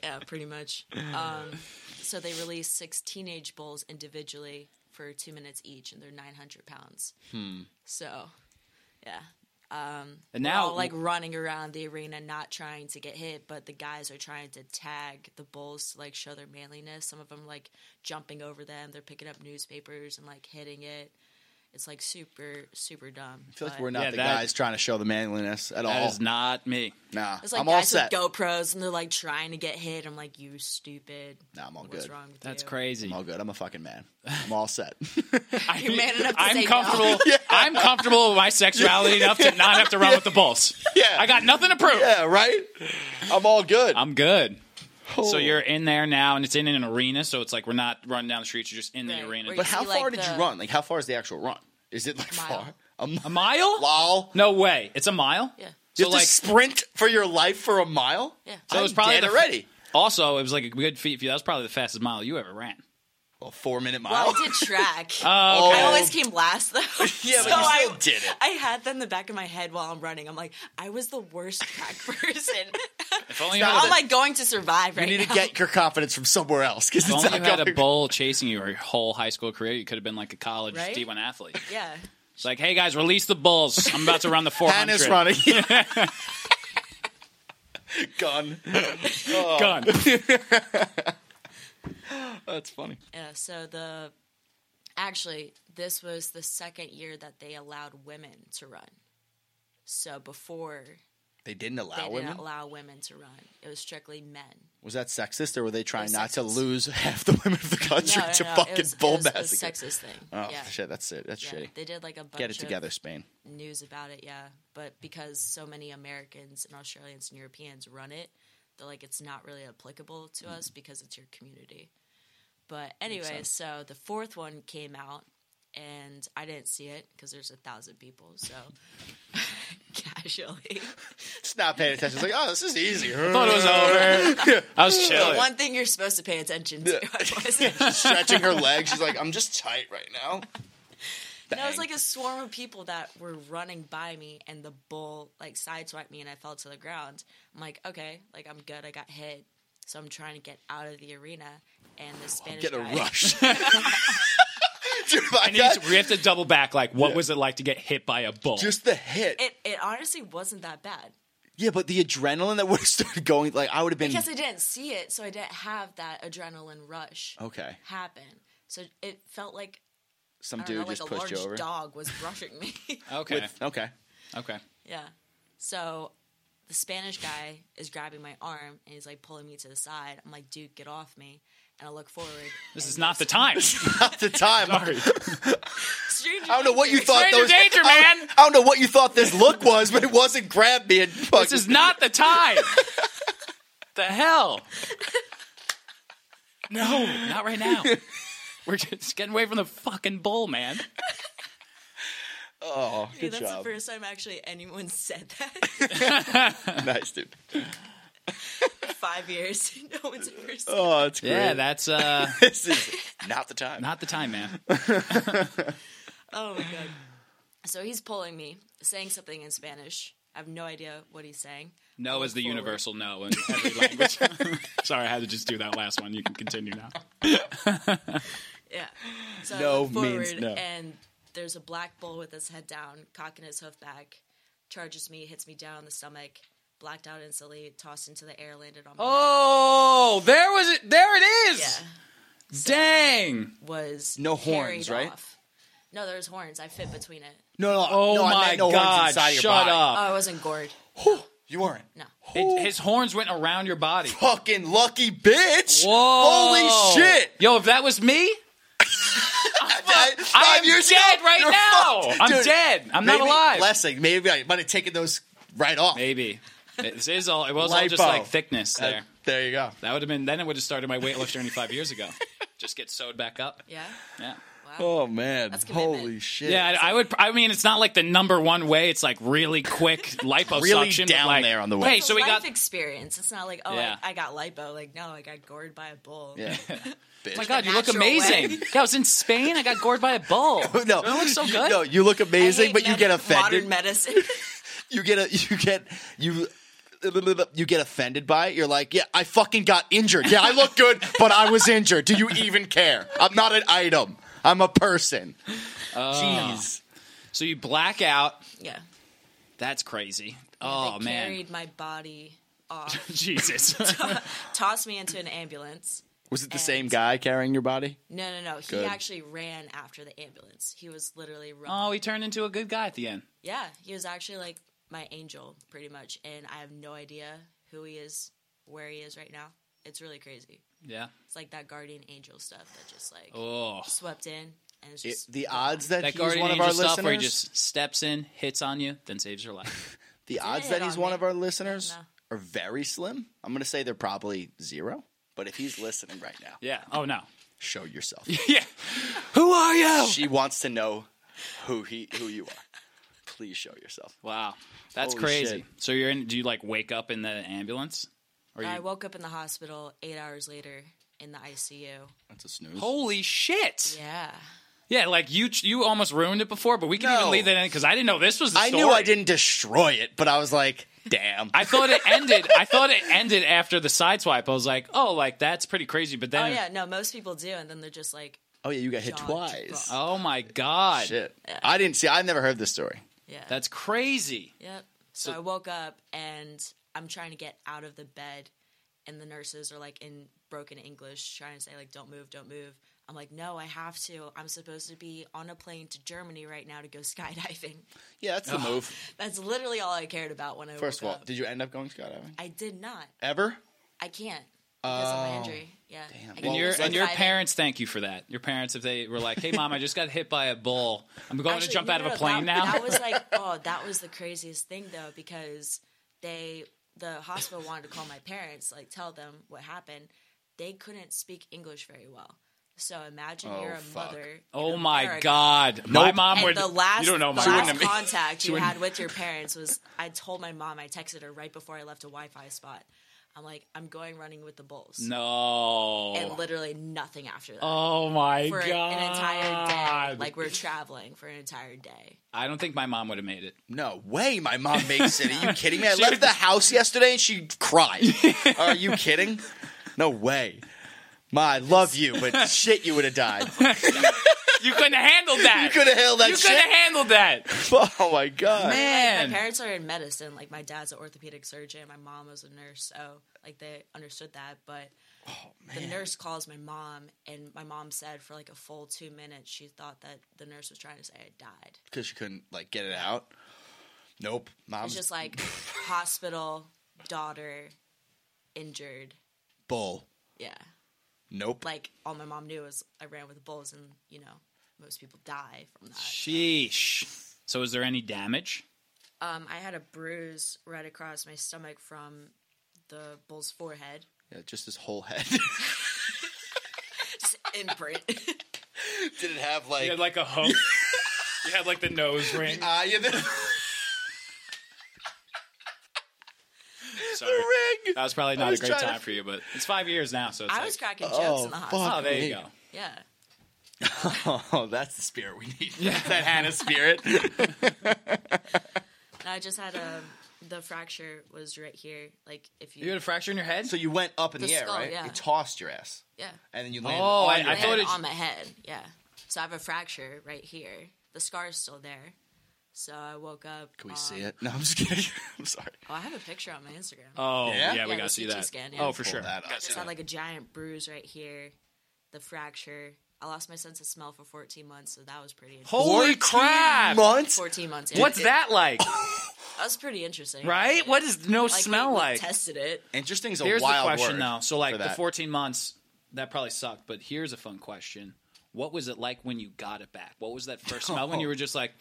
Speaker 3: yeah, pretty much. Um, so they released six teenage bulls individually for two minutes each, and they're 900 pounds. Hmm. So, yeah.
Speaker 1: And
Speaker 3: We're
Speaker 1: now,
Speaker 3: all, like running around the arena, not trying to get hit, but the guys are trying to tag the bulls to like show their manliness. Some of them like jumping over them, they're picking up newspapers and like hitting it. It's like super, super dumb.
Speaker 2: I feel like
Speaker 3: but-
Speaker 2: we're not
Speaker 1: Yeah,
Speaker 2: the
Speaker 1: that-
Speaker 2: guys trying to show the manliness at
Speaker 1: that
Speaker 2: all.
Speaker 1: is not me.
Speaker 2: nah,
Speaker 3: It's like
Speaker 2: I'm all
Speaker 3: guys
Speaker 2: set.
Speaker 3: with GoPros and they're like trying to get hit. I'm like, you stupid.
Speaker 2: Nah, I'm all
Speaker 3: What's
Speaker 2: good.
Speaker 3: wrong with
Speaker 1: That's
Speaker 3: you?
Speaker 1: crazy.
Speaker 2: I'm all good. I'm a fucking man. I'm all set.
Speaker 1: I,
Speaker 3: You're man enough to
Speaker 1: I'm
Speaker 3: say no.
Speaker 1: comfortable. I'm comfortable with my sexuality enough to not have to run with the bulls.
Speaker 2: Yeah.
Speaker 1: I got nothing to prove.
Speaker 2: yeah, right. I'm all good.
Speaker 1: I'm good.
Speaker 2: Oh.
Speaker 1: So you're in there now, and it's in an arena. So it's like we're not running down the streets; you're just in the
Speaker 3: Right.
Speaker 1: arena.
Speaker 3: Where
Speaker 2: But
Speaker 3: you
Speaker 2: how
Speaker 3: see, like,
Speaker 2: far did
Speaker 3: the-
Speaker 2: you run? Like, how far is the actual run? Is it like
Speaker 3: Mile.
Speaker 2: far? A mi-
Speaker 1: a mile?
Speaker 2: mile?
Speaker 1: No way! It's a mile.
Speaker 3: Yeah.
Speaker 2: You
Speaker 1: So
Speaker 2: have to
Speaker 1: like,
Speaker 2: sprint for your life for a mile?
Speaker 3: Yeah.
Speaker 1: so it
Speaker 2: I
Speaker 1: was
Speaker 2: was
Speaker 1: probably
Speaker 2: probably dead
Speaker 1: the-
Speaker 2: already.
Speaker 1: Also, it was like a good feat for you. That was probably the fastest mile you ever ran.
Speaker 2: a four minute
Speaker 3: Well,
Speaker 2: mile.
Speaker 3: I did track.
Speaker 1: Oh,
Speaker 3: I
Speaker 2: Oh.
Speaker 3: always came last though.
Speaker 2: Yeah, but
Speaker 3: So
Speaker 2: you still
Speaker 3: I,
Speaker 2: did it.
Speaker 3: I had that in the back of my head while I'm running. I'm like, I was the worst track person.
Speaker 1: If only you
Speaker 2: Stop
Speaker 1: had
Speaker 3: How
Speaker 1: a-
Speaker 3: am I going to survive
Speaker 2: You
Speaker 3: right
Speaker 2: need
Speaker 3: now?
Speaker 2: to get your confidence from somewhere else because
Speaker 1: If
Speaker 2: it's
Speaker 1: only
Speaker 2: not
Speaker 1: you had
Speaker 2: going.
Speaker 1: a bull chasing you your whole high school career, you could have been like a college
Speaker 3: Right?
Speaker 1: D1 athlete.
Speaker 3: yeah.
Speaker 1: It's like, hey guys, release the bulls. I'm about to run the 400.
Speaker 2: Hannah's running. Gun.
Speaker 1: Gun.
Speaker 2: That's funny.
Speaker 3: Yeah, so the actually this was the second year that they allowed women to run. So before
Speaker 2: They didn't allow
Speaker 3: they
Speaker 2: women.
Speaker 3: didn't allow women to run. It was strictly men.
Speaker 2: was that sexist, or were they trying
Speaker 3: was
Speaker 2: not to
Speaker 3: sexist.
Speaker 2: lose half the women of the country to fucking
Speaker 3: Oh, it was,
Speaker 2: bull
Speaker 3: it was a
Speaker 2: massacre?
Speaker 3: sexist thing.
Speaker 2: Oh
Speaker 3: yeah.
Speaker 2: shit, that's it. That's
Speaker 3: Yeah,
Speaker 2: shitty.
Speaker 3: They did like a bunch
Speaker 2: Get it
Speaker 3: of
Speaker 2: together, Spain.
Speaker 3: news about it, yeah. But because so many Americans and Australians and Europeans run it, they're like it's not really applicable to us because it's your community. But anyway, so the fourth one came out, and I didn't see it because there's a thousand people, so casually.
Speaker 2: It's not paying attention. It's like, oh, this is easy.
Speaker 1: Thought it was over. I was
Speaker 3: The
Speaker 1: chilling.
Speaker 3: one thing you're supposed to pay attention to. I wasn't.
Speaker 2: Stretching her legs, she's like, I'm just tight right now.
Speaker 3: And it was
Speaker 2: Bang.
Speaker 3: like a swarm of people that were running by me, and the bull like sideswiped me, and I fell to the ground. I'm like, okay, like I'm good. I got hit, so I'm trying to get out of the arena, and the Spanish
Speaker 2: get a
Speaker 3: guy.
Speaker 2: rush. Dude, my
Speaker 1: I need
Speaker 2: God.
Speaker 1: to, we have to double back. Like, what was it like to get hit by a bull?
Speaker 2: just the hit.
Speaker 3: It it honestly wasn't that bad
Speaker 2: yeah, but the adrenaline that would have started going, like, I would have been.
Speaker 3: because I didn't see it, so I didn't have that adrenaline rush
Speaker 2: okay,
Speaker 3: happen. So it felt like
Speaker 2: some
Speaker 3: I don't
Speaker 2: dude
Speaker 3: know, like
Speaker 2: just
Speaker 3: a
Speaker 2: pushed
Speaker 3: large
Speaker 2: you over.
Speaker 3: dog was rushing me.
Speaker 1: okay.
Speaker 2: With, okay.
Speaker 1: okay.
Speaker 3: Yeah. So the Spanish guy is grabbing my arm and he's like pulling me to the side. I'm like, dude, get off me. And I look forward.
Speaker 1: This
Speaker 3: and
Speaker 1: is not the time.
Speaker 2: At the time,
Speaker 1: Sorry.
Speaker 3: Stranger
Speaker 2: I don't know what you
Speaker 3: danger.
Speaker 2: thought
Speaker 1: Stranger
Speaker 2: those.
Speaker 1: danger,
Speaker 2: I don't-
Speaker 1: man.
Speaker 2: I don't know what you thought this look was, but it wasn't grab me and fuck.
Speaker 1: This is not the time. the hell? No, not right now. We're just getting away from the fucking bull, man.
Speaker 2: Oh,
Speaker 3: Dude,
Speaker 2: good
Speaker 3: That's
Speaker 2: job.
Speaker 3: the first time actually anyone said that.
Speaker 2: nice, dude.
Speaker 3: in Five years, no one's ever said.
Speaker 2: Oh, it's great.
Speaker 1: Yeah, that's uh,
Speaker 2: this is not the time.
Speaker 1: not the time, man.
Speaker 3: Oh my god. So he's pulling me, saying something in Spanish. I have no idea what he's saying.
Speaker 1: No is the
Speaker 3: Forward.
Speaker 1: universal no in every language. Sorry, I had to just do that last one. You can continue now.
Speaker 3: Yeah. So I
Speaker 2: No
Speaker 3: look forward,
Speaker 2: means no.
Speaker 3: And there's a black bull with his head down, cocking his hoof back, charges me, hits me down in the stomach, blacked out instantly, tossed into the air, landed on my head.
Speaker 1: Oh, there was it. There it
Speaker 3: Yeah.
Speaker 1: is. Dang.
Speaker 3: Was
Speaker 2: No horns,
Speaker 3: carried
Speaker 2: right?
Speaker 3: Off. No, there's horns. I fit between it.
Speaker 2: no, no.
Speaker 1: Oh
Speaker 2: no, I
Speaker 1: my
Speaker 2: meant no horns
Speaker 1: god.
Speaker 2: inside of your
Speaker 1: Shut
Speaker 2: body.
Speaker 3: Oh,
Speaker 1: up.
Speaker 3: I wasn't gored.
Speaker 2: You weren't.
Speaker 3: No. Oh.
Speaker 1: It- his horns went around your body.
Speaker 2: Fucking lucky bitch.
Speaker 1: Whoa.
Speaker 2: Holy shit.
Speaker 1: Yo, if that was me,
Speaker 2: I,
Speaker 1: I'm dead right
Speaker 2: you're
Speaker 1: now.
Speaker 2: fucked.
Speaker 1: I'm
Speaker 2: Dude,
Speaker 1: dead. I'm not
Speaker 2: maybe
Speaker 1: alive.
Speaker 2: Blessing. Maybe I might have taken those right off.
Speaker 1: Maybe. This is all. It was all just
Speaker 2: Lipo.
Speaker 1: like thickness
Speaker 2: Uh,
Speaker 1: there.
Speaker 2: there you go.
Speaker 1: That would have been. Then it would have started my weightlift journey five years ago. Just get sewed back up.
Speaker 3: Yeah.
Speaker 1: Yeah.
Speaker 3: Wow.
Speaker 2: Oh man.
Speaker 3: That's commitment.
Speaker 2: Holy shit.
Speaker 1: Yeah, I I would. I mean, it's not like the number one way. It's like really quick liposuction. but,
Speaker 2: down
Speaker 1: like,
Speaker 2: there on the way.
Speaker 1: Hey,
Speaker 3: It's
Speaker 1: so
Speaker 3: a
Speaker 1: we
Speaker 3: life
Speaker 1: got
Speaker 3: experience. It's not like oh,
Speaker 1: Yeah.
Speaker 3: I, I got lipo. Like no, I got gored by a bull.
Speaker 2: Yeah. Bitch.
Speaker 1: Oh my god, you look
Speaker 3: natural
Speaker 1: amazing.
Speaker 3: way.
Speaker 1: Yeah, I was in Spain. I got gored by a bull.
Speaker 2: No,
Speaker 1: Don't I look so
Speaker 2: you-
Speaker 1: good?
Speaker 2: No, you look
Speaker 3: I
Speaker 2: amazing,
Speaker 3: hate
Speaker 2: but you
Speaker 3: med-
Speaker 2: get offended.
Speaker 3: Modern medicine.
Speaker 2: you get a, you get you. You get offended by it. You're like, yeah, I fucking got injured. Yeah, I look good, but I was injured. Do you even care? I'm not an item. I'm a person. Jeez.
Speaker 1: So you black out.
Speaker 3: yeah.
Speaker 1: That's crazy.
Speaker 3: They
Speaker 1: Oh man,
Speaker 3: Carried my body off,
Speaker 1: Jesus.
Speaker 3: tossed me into an ambulance.
Speaker 2: Was it the
Speaker 3: And-
Speaker 2: same guy carrying your body?
Speaker 3: No, no, no. He
Speaker 2: Good.
Speaker 3: actually ran after the ambulance. He was literally running.
Speaker 1: oh, he turned into a good guy at the end.
Speaker 3: Yeah, he was actually like my angel, pretty much. And I have no idea who he is, where he is right now. It's really crazy.
Speaker 1: Yeah.
Speaker 3: It's like that guardian angel stuff that just like
Speaker 1: Oh,
Speaker 3: swept in and it's
Speaker 2: It-
Speaker 3: just
Speaker 2: the odds that,
Speaker 1: that
Speaker 2: he's
Speaker 1: guardian
Speaker 2: one of
Speaker 1: angel
Speaker 2: our
Speaker 1: stuff
Speaker 2: listeners.
Speaker 1: where he just steps in, hits on you, then saves your life.
Speaker 2: the odds
Speaker 3: hit
Speaker 2: that he's
Speaker 3: on
Speaker 2: one
Speaker 3: me.
Speaker 2: of our listeners
Speaker 3: No.
Speaker 2: are very slim. I'm gonna say they're probably zero. But if he's listening right now,
Speaker 1: Yeah. Oh no.
Speaker 2: show yourself.
Speaker 1: Yeah. Who are you?
Speaker 2: she wants to know who he who you are. Please show yourself.
Speaker 1: Wow, that's
Speaker 2: Holy
Speaker 1: crazy.
Speaker 2: shit.
Speaker 1: So you're in? Do you like wake up in the ambulance? Or you?
Speaker 3: I woke up in the hospital eight hours later in the ICU.
Speaker 2: That's a snooze.
Speaker 1: Holy shit!
Speaker 3: Yeah.
Speaker 1: Yeah, like you you almost ruined it before, but we can even
Speaker 2: No.
Speaker 1: leave that in because I didn't know this was. the
Speaker 2: I
Speaker 1: story.
Speaker 2: knew I didn't destroy it, but I was like, damn.
Speaker 1: I thought it ended. I thought it ended after the side swipe. I was like, oh, like that's pretty crazy. But
Speaker 3: Oh
Speaker 1: then,
Speaker 3: yeah, no, most people do, and then they're just like,
Speaker 2: oh yeah, you got hit
Speaker 3: Jaw
Speaker 2: twice.
Speaker 3: dropped.
Speaker 1: oh my god,
Speaker 2: Shit. I didn't see. I never heard this story.
Speaker 3: yeah.
Speaker 1: that's crazy.
Speaker 3: Yep. So, I woke up and I'm trying to get out of the bed, and the nurses are like in broken English trying to say like, "Don't move, don't move." I'm like, "No, I have to. I'm supposed to be on a plane to Germany right now to go skydiving."
Speaker 2: Yeah, that's the move.
Speaker 3: That's literally all I cared about when I
Speaker 2: First of
Speaker 3: woke
Speaker 2: all,
Speaker 3: up.
Speaker 2: did you end up going skydiving?
Speaker 3: I did not.
Speaker 2: Ever?
Speaker 3: I can't because of my injury. Yeah.
Speaker 2: Oh.
Speaker 3: I
Speaker 2: And
Speaker 3: can't
Speaker 1: And your
Speaker 3: do
Speaker 1: and your
Speaker 3: skydiving.
Speaker 1: parents thank you for that. Your parents, if they were like, "Hey, mom, I just got hit by a bull. I'm going to
Speaker 3: Actually,
Speaker 1: jump
Speaker 3: no,
Speaker 1: out
Speaker 3: no,
Speaker 1: of a
Speaker 3: no,
Speaker 1: plane
Speaker 3: that-
Speaker 1: now."
Speaker 3: That was like, oh, that was the craziest thing though, because they, the hospital wanted to call my parents, like tell them what happened. They couldn't speak English very well. So imagine you're a
Speaker 2: fuck.
Speaker 3: mother. in
Speaker 1: oh my
Speaker 3: America,
Speaker 1: god, my mom
Speaker 3: And
Speaker 1: would.
Speaker 3: the last,
Speaker 1: you don't know my
Speaker 3: the
Speaker 1: mom.
Speaker 3: last contact you had with your parents was I told my mom, I texted her right before I left a Wi Fi spot. I'm like, I'm going running with the Bulls. And
Speaker 1: No.
Speaker 3: literally nothing after that.
Speaker 1: Oh my
Speaker 3: for
Speaker 1: god.
Speaker 3: an entire day. Like we're traveling for an entire day.
Speaker 1: I don't think my mom would have made it.
Speaker 2: No way. My mom makes it. Are you kidding me? I
Speaker 1: She
Speaker 2: left
Speaker 1: would-
Speaker 2: the house yesterday and she cried. Are you kidding? No way. Ma, I love you, but shit, you would have died.
Speaker 1: You couldn't have handled that.
Speaker 2: You could have held that
Speaker 1: You could
Speaker 2: shit.
Speaker 1: have handled that.
Speaker 2: Oh my god.
Speaker 1: Man.
Speaker 3: My parents are in medicine. Like my dad's an orthopedic surgeon, my mom was a nurse, so like they understood that. But the nurse calls my mom, and my mom said for like a full two minutes she thought that the nurse was trying to say I died.
Speaker 2: Because she couldn't like get it out. Nope. Mom's
Speaker 3: It's just like hospital daughter injured.
Speaker 2: bull.
Speaker 3: Yeah,
Speaker 2: Nope.
Speaker 3: like all my mom knew was I ran with the bulls, and you know most people die from that.
Speaker 1: Sheesh. So is there any damage?
Speaker 3: Um, I had a bruise right across my stomach from the bull's forehead.
Speaker 2: Yeah, just his whole head.
Speaker 3: Just imprint.
Speaker 2: Did it have like,
Speaker 1: like a hook. you had like the nose ring.
Speaker 2: Ah, yeah, the,
Speaker 1: Sorry.
Speaker 2: ring?
Speaker 1: That was probably
Speaker 2: I
Speaker 1: not
Speaker 2: was
Speaker 1: a great
Speaker 2: trying to-
Speaker 1: time for you, but it's five years now, so it's
Speaker 3: I
Speaker 1: like,
Speaker 3: was cracking jokes
Speaker 2: Oh,
Speaker 3: in the
Speaker 2: fuck.
Speaker 3: hospital.
Speaker 1: Oh, there
Speaker 2: me.
Speaker 1: you go.
Speaker 3: Yeah.
Speaker 2: Oh, that's the spirit we need. that Hannah spirit.
Speaker 3: And I just had a the fracture was right here. Like if you,
Speaker 1: You had a fracture in your head?
Speaker 2: so you went up in the,
Speaker 3: The
Speaker 2: air,
Speaker 3: skull,
Speaker 2: right?
Speaker 3: yeah.
Speaker 2: You tossed your ass,
Speaker 3: yeah,
Speaker 2: and then you landed.
Speaker 1: Oh,
Speaker 2: on
Speaker 1: I-
Speaker 2: your
Speaker 1: I
Speaker 2: head.
Speaker 1: thought
Speaker 3: And
Speaker 1: it-
Speaker 3: on my head. Yeah. So I have a fracture right here. The scar's still there. So I woke up.
Speaker 2: Can we
Speaker 3: on-
Speaker 2: see it? No, I'm just kidding. I'm sorry.
Speaker 3: Oh, I have a picture on my Instagram.
Speaker 1: oh,
Speaker 2: Yeah?
Speaker 1: yeah,
Speaker 2: Yeah,
Speaker 1: we
Speaker 3: the
Speaker 1: got to see
Speaker 3: CT
Speaker 1: that.
Speaker 3: scan, yeah.
Speaker 1: Oh, for
Speaker 2: Pull
Speaker 1: sure.
Speaker 2: that up.
Speaker 3: just had like a giant bruise right here. The fracture. I lost my sense of smell for 14 months, so that was pretty. Interesting.
Speaker 1: Holy
Speaker 2: 14
Speaker 1: crap.
Speaker 2: Months.
Speaker 3: 14 months. Yeah.
Speaker 1: What's that like?
Speaker 3: That was pretty interesting.
Speaker 1: right? What does no
Speaker 3: Like, they,
Speaker 1: smell like?
Speaker 3: Tested it.
Speaker 2: Interesting's a
Speaker 1: Here's the
Speaker 2: wild
Speaker 1: question
Speaker 2: word
Speaker 1: though. So like
Speaker 2: for
Speaker 1: the
Speaker 2: that.
Speaker 1: 14 months that probably sucked, but here's a fun question. What was it like when you got it back? What was that first smell when you were just like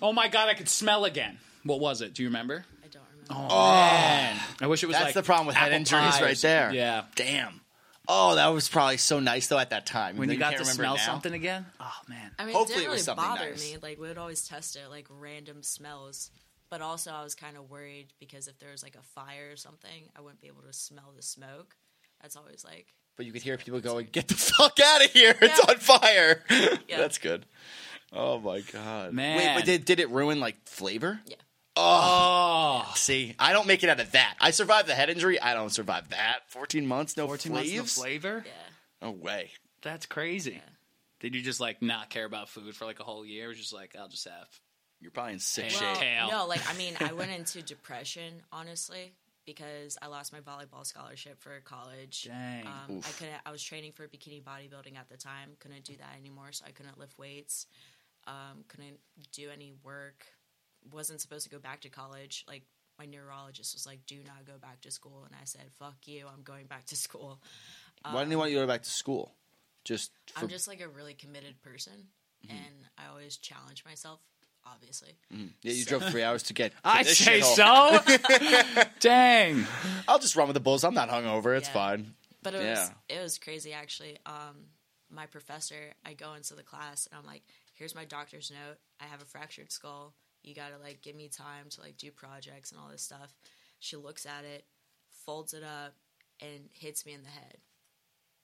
Speaker 1: Oh my god, I could smell again. What was it? Do you remember?
Speaker 3: I don't remember.
Speaker 1: Man, I wish it was
Speaker 2: Ah. That's
Speaker 1: like
Speaker 2: the problem with head
Speaker 1: apple
Speaker 2: injuries
Speaker 1: pie or
Speaker 2: right there.
Speaker 1: something. Yeah.
Speaker 2: Damn. Oh, that was probably so nice though at that time.
Speaker 1: When
Speaker 2: Then
Speaker 1: you got
Speaker 2: can't
Speaker 1: to
Speaker 2: remember
Speaker 1: smell
Speaker 2: now.
Speaker 1: something again? Oh man.
Speaker 3: I mean,
Speaker 2: Hopefully
Speaker 3: it
Speaker 2: it
Speaker 3: didn't
Speaker 2: was
Speaker 3: really
Speaker 2: something
Speaker 3: bother
Speaker 2: nice.
Speaker 3: me. Like we would always test it, like random smells. But also, I was kind of worried because if there was like a fire or something, I wouldn't be able to smell the smoke. That's always like,
Speaker 2: But you could hear people going, "Get the fuck out of here! It's
Speaker 3: Yeah.
Speaker 2: on fire."
Speaker 3: Yeah.
Speaker 2: That's good. Oh my god, Wait,
Speaker 1: Man.
Speaker 2: but did, did it ruin like flavor?
Speaker 3: yeah,
Speaker 1: Oh.
Speaker 2: See, I don't make it out of that. I survived the head injury. I don't survive that. Fourteen months, no
Speaker 1: 14
Speaker 2: 14
Speaker 1: months no flavor?
Speaker 3: yeah.
Speaker 2: No way.
Speaker 1: That's crazy. Did you just like not care about food for like a whole year? It was just like I'll just have
Speaker 2: You're probably in sick
Speaker 1: Well-
Speaker 2: shape.
Speaker 1: Tail.
Speaker 3: No, like I mean, I went into depression honestly because I lost my volleyball scholarship for college.
Speaker 1: Dang.
Speaker 3: Um, I couldn't. I was training for bikini bodybuilding at the time. Couldn't do that anymore, so I couldn't lift weights. Um, couldn't do any work. Wasn't supposed to go back to college. Like my neurologist was like, "Do not go back to school," and I said, "Fuck you! I'm going back to school."
Speaker 2: Why didn't they want you to go back to school? Just for,
Speaker 3: I'm just like a really committed person, and I always challenge myself. Obviously,
Speaker 2: yeah, you drove three hours to get.
Speaker 1: I
Speaker 2: this
Speaker 1: say
Speaker 2: shithole.
Speaker 1: so. Dang.
Speaker 2: I'll just run with the bulls. I'm not hungover. It's
Speaker 3: Yeah.
Speaker 2: fine.
Speaker 3: But it was
Speaker 2: Yeah.
Speaker 3: it was crazy actually. Um, my professor, I go into the class and I'm like, "Here's my doctor's note. I have a fractured skull. You gotta like give me time to like do projects and all this stuff." She looks at it, folds it up, and hits me in the head.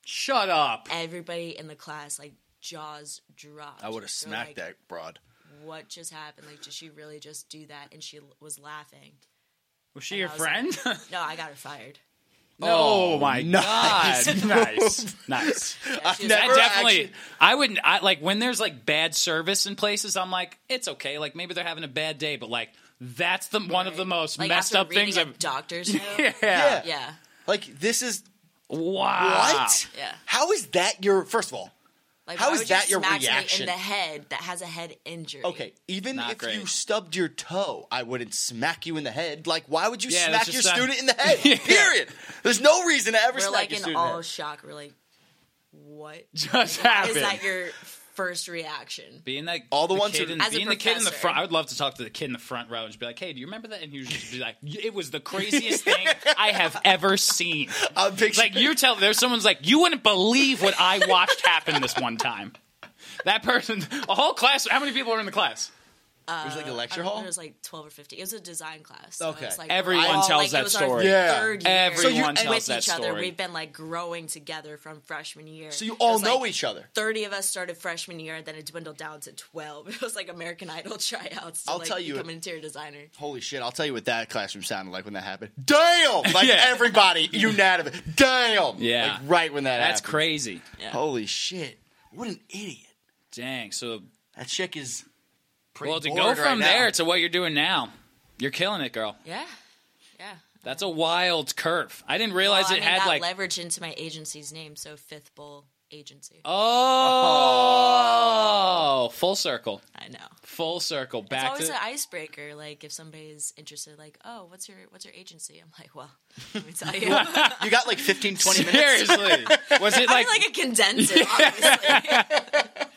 Speaker 1: Shut up.
Speaker 3: Everybody in the class like jaws dropped.
Speaker 2: I would have
Speaker 3: They're
Speaker 2: smacked
Speaker 3: like,
Speaker 2: that broad.
Speaker 3: What just happened? Like, did she really just do that? And she l- was laughing.
Speaker 1: Was she your
Speaker 3: I was like-
Speaker 1: friend?
Speaker 3: No, I got her fired.
Speaker 1: Oh, my
Speaker 2: nice.
Speaker 1: god! nice, nice.
Speaker 3: Yeah, she
Speaker 2: never-
Speaker 3: was like,
Speaker 1: That
Speaker 2: Or
Speaker 1: definitely.
Speaker 2: actually-
Speaker 1: I wouldn't. I like when there's like bad service in places. I'm like, it's okay. Like maybe they're having a bad day, but like that's the one of the most
Speaker 3: like,
Speaker 1: messed
Speaker 3: after
Speaker 1: up things.
Speaker 3: reading a
Speaker 1: I've,
Speaker 3: doctor's note.
Speaker 1: yeah. Ah.
Speaker 2: Yeah.
Speaker 3: Yeah.
Speaker 2: Like this is
Speaker 1: Wow.
Speaker 2: what?
Speaker 3: Yeah.
Speaker 2: How is that your first of all?
Speaker 3: Like,
Speaker 2: How
Speaker 3: why
Speaker 2: is
Speaker 3: would
Speaker 2: that
Speaker 3: you
Speaker 2: your
Speaker 3: smack somebody
Speaker 2: reaction?
Speaker 3: in the head that has a head injury?
Speaker 2: Okay, even
Speaker 1: Not
Speaker 2: if you
Speaker 1: great.
Speaker 2: stubbed your toe, I wouldn't smack you in the head. Like, why would you
Speaker 1: Yeah, that's
Speaker 2: smack your
Speaker 1: just not-
Speaker 2: student in the head? Period. There's no reason to ever
Speaker 3: We're
Speaker 2: smack
Speaker 3: like
Speaker 2: your
Speaker 3: in
Speaker 2: student. in the
Speaker 3: all
Speaker 2: head.
Speaker 3: shock. We're like, what
Speaker 1: Just
Speaker 3: is
Speaker 1: happened.
Speaker 3: that your first reaction?
Speaker 1: being that
Speaker 2: All the ones
Speaker 1: kid
Speaker 2: who-
Speaker 1: in,
Speaker 3: As a
Speaker 1: being the kid in the
Speaker 3: professor.
Speaker 1: front. I would love to talk to the kid in the front row and just be like, "Hey, do you remember that?" And he would just be like, "It was the craziest thing I have ever seen."
Speaker 2: I'm
Speaker 1: It's like you tell there's someone's like you wouldn't believe what I watched happen this one time. That person, a whole class. How many people were in the class?
Speaker 2: it was like a
Speaker 3: Uh, I
Speaker 2: lecture
Speaker 3: don't know,
Speaker 2: hall.
Speaker 3: It was like twelve or fifteen. It was a design class. So
Speaker 2: Okay.
Speaker 3: It was like
Speaker 1: Everyone
Speaker 3: we're all,
Speaker 1: tells
Speaker 3: like,
Speaker 1: that
Speaker 3: it was
Speaker 1: story.
Speaker 3: Our
Speaker 2: Yeah.
Speaker 3: third year
Speaker 1: Everyone
Speaker 2: and-
Speaker 1: tells
Speaker 3: with
Speaker 1: that
Speaker 3: each
Speaker 1: story.
Speaker 3: other. We've been like growing together from freshman year.
Speaker 2: so you all
Speaker 3: It was,
Speaker 2: know
Speaker 3: like,
Speaker 2: each other.
Speaker 3: Thirty of us started freshman year, then it dwindled down to twelve. It was like American Idol tryouts. To,
Speaker 2: I'll
Speaker 3: like,
Speaker 2: tell you
Speaker 3: become
Speaker 2: it-
Speaker 3: an interior designer.
Speaker 2: Holy shit! I'll tell you what that classroom sounded like when that happened. Damn! Like
Speaker 1: Yeah.
Speaker 2: everybody unanimous. Damn!
Speaker 1: Yeah.
Speaker 2: Like right when that
Speaker 1: That's
Speaker 2: happened.
Speaker 1: crazy.
Speaker 2: Holy shit! What an idiot!
Speaker 1: Dang. So
Speaker 2: That chick is. Pretty
Speaker 1: well to go
Speaker 2: bored right
Speaker 1: from
Speaker 2: now.
Speaker 1: there to what you're doing now, you're killing it, girl.
Speaker 3: Yeah, yeah.
Speaker 1: That's a wild curve. I didn't realize
Speaker 3: Well, I
Speaker 1: it
Speaker 3: mean,
Speaker 1: had
Speaker 3: that
Speaker 1: like
Speaker 3: leverage into my agency's name, so Fifth Bowl Agency.
Speaker 1: oh, full circle,
Speaker 3: I know.
Speaker 1: full circle
Speaker 3: It's
Speaker 1: back
Speaker 3: always an
Speaker 1: to.
Speaker 3: icebreaker. Like if somebody's interested, like, oh, what's your what's your agency? I'm like, well, let me tell you. I
Speaker 2: You got like 15, 20 minutes.
Speaker 1: Seriously, was it like?
Speaker 3: like, like a condenser. Obviously.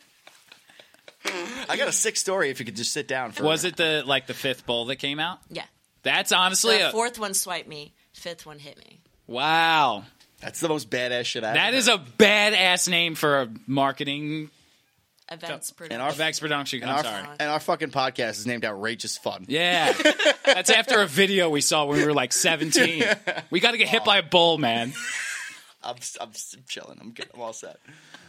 Speaker 2: I got a sick story. If you could just sit down. For
Speaker 1: Was it the like the fifth bowl that came out?
Speaker 3: yeah.
Speaker 1: That's honestly
Speaker 3: The
Speaker 1: a
Speaker 3: fourth one swiped me. Fifth one hit me.
Speaker 1: wow.
Speaker 2: That's the most badass shit I.
Speaker 1: That is a badass name for a marketing
Speaker 3: Events pretty.
Speaker 2: and our
Speaker 1: of X production.
Speaker 2: And
Speaker 1: I'm
Speaker 2: our,
Speaker 1: sorry.
Speaker 2: and our fucking podcast is named Outrageous Fun.
Speaker 1: Yeah. That's after a video we saw when we were like 17. We got to get hit by a bull, man.
Speaker 2: I'm, I'm, s- chilling. I'm good. I'm all set.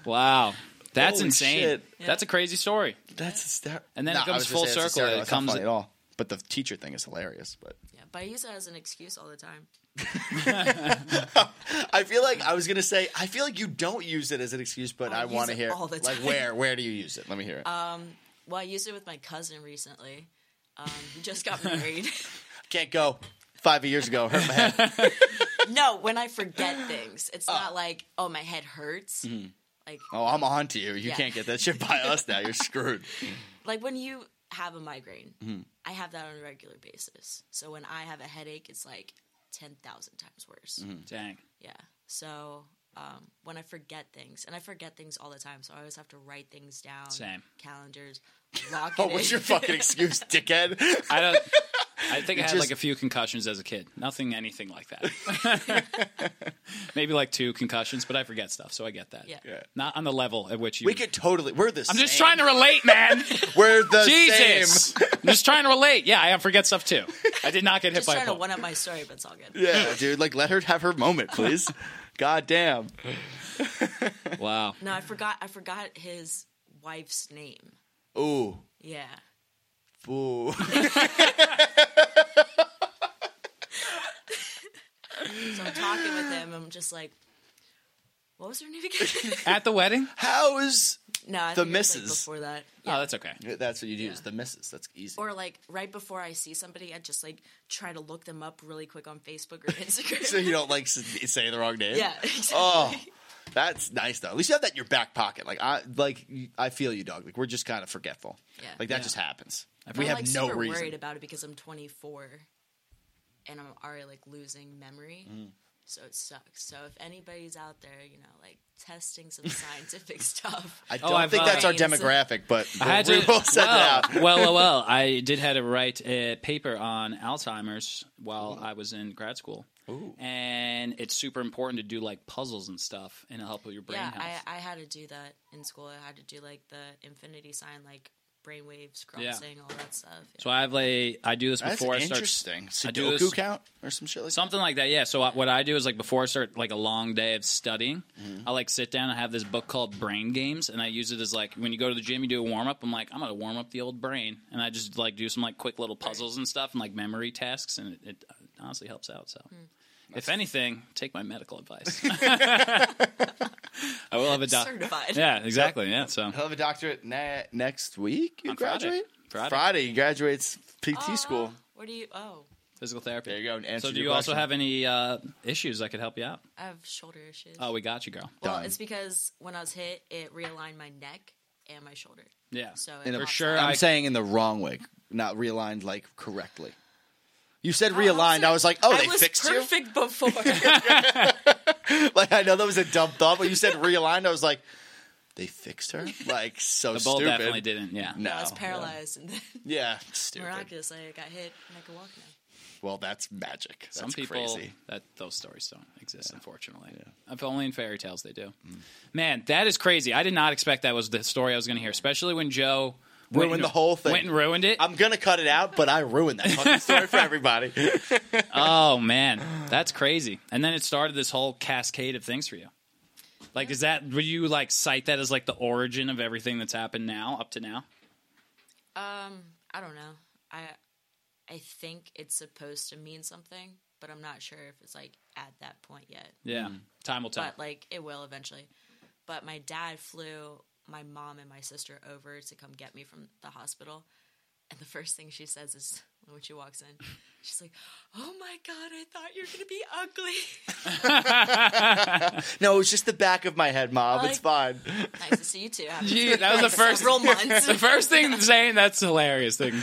Speaker 1: Wow. That's
Speaker 2: Holy
Speaker 1: insane.
Speaker 2: shit.
Speaker 1: That's a crazy story.
Speaker 2: That's hysterical.
Speaker 1: And then it comes full circle, it
Speaker 2: It's
Speaker 1: comes-
Speaker 2: not funny at all. But the teacher thing is hilarious. But
Speaker 3: yeah, but I use it as an excuse all the time.
Speaker 2: I feel like I was gonna say I feel like you don't use it as an excuse, but
Speaker 3: I
Speaker 2: I,
Speaker 3: use
Speaker 2: want to
Speaker 3: it
Speaker 2: hear
Speaker 3: all the
Speaker 2: like
Speaker 3: time. Uh,
Speaker 2: where where do you use it? Let me hear it.
Speaker 3: Well, I used it with my cousin recently. Um, he just got married.
Speaker 2: Can't go. Five years ago, hurt my head.
Speaker 3: no, when I forget things, it's not like oh my head hurts.
Speaker 1: Mm-hmm.
Speaker 3: Like
Speaker 2: Oh, I'm on to you. You
Speaker 3: Yeah.
Speaker 2: can't get that shit by us now. You're screwed.
Speaker 3: like when you have a migraine,
Speaker 2: Mm-hmm.
Speaker 3: I have that on a regular basis. So when I have a headache, it's like ten thousand times worse.
Speaker 2: Mm-hmm.
Speaker 1: Dang.
Speaker 3: Yeah. So um, when I forget things, and I forget things all the time, so I always have to write things down.
Speaker 1: Same.
Speaker 3: calendars. Lock it
Speaker 2: Oh, what's
Speaker 3: in.
Speaker 2: your fucking excuse, dickhead?
Speaker 1: I don't. I think I had
Speaker 2: just-
Speaker 1: like a few concussions as a kid. Nothing, anything like that. Maybe like two concussions, but I forget stuff, so I get that.
Speaker 3: Yeah.
Speaker 2: Yeah.
Speaker 1: Not on the level at which you.
Speaker 2: We could totally. We're the.
Speaker 1: I'm just trying to relate, man.
Speaker 2: We're the
Speaker 1: Jesus.
Speaker 2: same.
Speaker 1: I'm just trying to relate. Yeah, I forget stuff too. I did not get hit
Speaker 3: Just
Speaker 1: by a
Speaker 3: trying to
Speaker 1: bull.
Speaker 3: one up my story, but it's all good.
Speaker 2: Yeah, dude. Like, let her have her moment, please. God damn.
Speaker 1: Wow.
Speaker 3: No, I forgot. I forgot his wife's name.
Speaker 2: Ooh.
Speaker 3: Yeah.
Speaker 2: Ooh.
Speaker 3: So I'm talking with him. I'm just like, what was her name again?
Speaker 1: At the wedding?
Speaker 2: How is.
Speaker 3: no, I
Speaker 2: The
Speaker 3: think it was, like,
Speaker 2: missus.
Speaker 3: before that.
Speaker 1: Oh, that's okay.
Speaker 2: That's what you use. The misses. That's easy.
Speaker 3: Or like right before I see somebody, I just like try to look them up really quick on Facebook or Instagram.
Speaker 2: so you don't like s- say the wrong name?
Speaker 3: yeah. Exactly.
Speaker 2: Oh. That's nice though. At least you have that in your back pocket. Like I, like I feel you, dog. Like we're just kind of forgetful.
Speaker 3: Yeah.
Speaker 2: Like that just happens.
Speaker 3: But
Speaker 2: we
Speaker 3: I'm,
Speaker 2: have
Speaker 3: like,
Speaker 2: no
Speaker 3: super
Speaker 2: reason.
Speaker 3: worried about it because I'm 24 and I'm already like losing memory.
Speaker 2: Mm.
Speaker 3: So it sucks. So if anybody's out there, you know, like testing some scientific stuff,
Speaker 2: I don't
Speaker 1: Oh, I've,
Speaker 2: think that's our
Speaker 3: uh,
Speaker 2: demographic, but
Speaker 1: I had
Speaker 2: we
Speaker 1: to-
Speaker 2: will send it
Speaker 1: well,
Speaker 2: out.
Speaker 1: Oh, well, well, well, I did had to write a paper on Alzheimer's while I was in grad school. And it's super important to do like puzzles and stuff and it'll help with your brain
Speaker 3: yeah,
Speaker 1: health.
Speaker 3: I, I had to do that in school. I had to do like the infinity sign, like brain waves crossing, all that stuff. Yeah.
Speaker 1: So I have like I do this
Speaker 2: That's
Speaker 1: before I start
Speaker 2: interesting.
Speaker 1: I do
Speaker 2: Sudoku
Speaker 1: this-
Speaker 2: count or some shit like that.
Speaker 1: something like that. Yeah. So I, what I do is like before I start like a long day of studying,
Speaker 2: Mm-hmm.
Speaker 1: I like sit down. I have this book called Brain Games, and I use it as like when you go to the gym, you do a warm up. I'm like, I'm gonna warm up the old brain, and I just like do some like quick little puzzles and stuff and like memory tasks, and it, it honestly helps out. So.
Speaker 3: Hmm.
Speaker 1: If anything, take my medical advice. I will have a doc.
Speaker 3: Certified.
Speaker 1: Yeah, exactly. Yeah, so
Speaker 2: He'll have a doctorate ne- next week. You
Speaker 1: On Friday.
Speaker 2: graduate
Speaker 1: Friday.
Speaker 2: he graduates PT
Speaker 3: Uh,
Speaker 2: school.
Speaker 3: What do you? Oh,
Speaker 1: physical therapy.
Speaker 2: There you go. And answer
Speaker 1: So, do
Speaker 2: your
Speaker 1: you also
Speaker 2: question.
Speaker 1: have any uh, issues that could help you out?
Speaker 3: I have shoulder issues.
Speaker 1: Oh, we got you, girl.
Speaker 3: well,
Speaker 2: done.
Speaker 3: it's because when I was hit, it realigned my neck and my shoulder.
Speaker 1: Yeah.
Speaker 3: So
Speaker 2: In
Speaker 3: it
Speaker 2: a-
Speaker 3: pops
Speaker 1: sure,
Speaker 3: out.
Speaker 2: I'm
Speaker 1: I-
Speaker 2: saying in the wrong way, not realigned like correctly. You said
Speaker 3: I was
Speaker 2: realigned. I was like, oh,
Speaker 3: I
Speaker 2: they
Speaker 3: was
Speaker 2: fixed
Speaker 3: perfect before.
Speaker 2: you. Like I know that was a dumb thought, but you said realigned. I was like, they fixed her. Like so
Speaker 1: the bull
Speaker 2: stupid.
Speaker 1: definitely didn't. Yeah.
Speaker 2: No,
Speaker 3: I was paralyzed, and then
Speaker 2: Yeah, stupid.
Speaker 3: miraculously I got hit and I can walk now.
Speaker 2: Well, that's magic. That's
Speaker 1: Some people
Speaker 2: crazy.
Speaker 1: that those stories don't exist, unfortunately. If only in fairy tales they do.
Speaker 2: Mm.
Speaker 1: Man, that is crazy. I did not expect that was the story I was going to hear, especially when Joe went
Speaker 2: Ruined
Speaker 1: and-
Speaker 2: the whole thing.
Speaker 1: Went and ruined it.
Speaker 2: I'm gonna cut it out, but I ruined that fucking story for everybody.
Speaker 1: oh man, that's crazy. And then it started this whole cascade of things for you. Like, is that would you like cite that as like the origin of everything that's happened now up to now?
Speaker 3: Um, I don't know. I I think it's supposed to mean something, but I'm not sure if it's like at that point yet.
Speaker 1: Yeah,
Speaker 2: Mm.
Speaker 1: time will tell.
Speaker 3: but like it will eventually. But my dad flew my mom and my sister over to come get me from the hospital. And the first thing she says is when she walks in, she's like, "Oh my god, I thought you were gonna be ugly.
Speaker 2: no, it was just the back of my head, Mom.
Speaker 3: Like-
Speaker 2: it's fine.
Speaker 3: nice to see you too." After
Speaker 1: Gee, that was the first
Speaker 3: several months.
Speaker 1: the first thing saying. That's hilarious thing.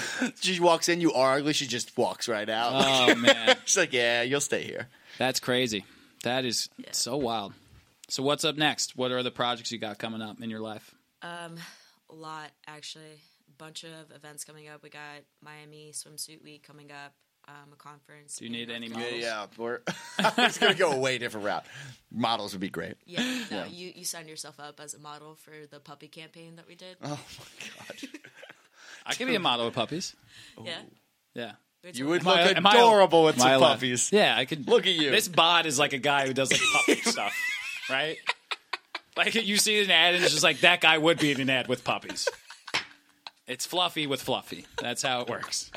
Speaker 2: She walks in, you are ugly. She just walks right out.
Speaker 1: Oh man,
Speaker 2: She's like, yeah, you'll stay here.
Speaker 1: that's crazy. That is so wild. So what's up next? What are the projects you got coming up in your life?
Speaker 3: a lot actually. Bunch of events coming up. We got Miami swimsuit week coming up. Um, a conference.
Speaker 1: Do you
Speaker 3: in
Speaker 1: need
Speaker 3: North
Speaker 1: any
Speaker 3: Carolina.
Speaker 1: models?
Speaker 2: Yeah, we're I was gonna go a way different route. Models would be great.
Speaker 3: Yeah, no,
Speaker 2: Yeah.
Speaker 3: you you signed yourself up as a model for the puppy campaign that we did.
Speaker 2: Oh my god,
Speaker 1: I can be a model with puppies.
Speaker 3: Yeah,
Speaker 1: Yeah.
Speaker 3: It's
Speaker 2: you
Speaker 3: a-
Speaker 2: would
Speaker 1: Am I-
Speaker 2: look
Speaker 1: am I-
Speaker 2: adorable with
Speaker 1: am
Speaker 2: some
Speaker 1: I allowed-
Speaker 2: puppies.
Speaker 1: Yeah, I could
Speaker 2: Look at you.
Speaker 1: This bod is like a guy who does like puppy stuff, right? Like you see an ad and it's just like that guy would be in an ad with puppies. It's fluffy with fluffy. That's how it works.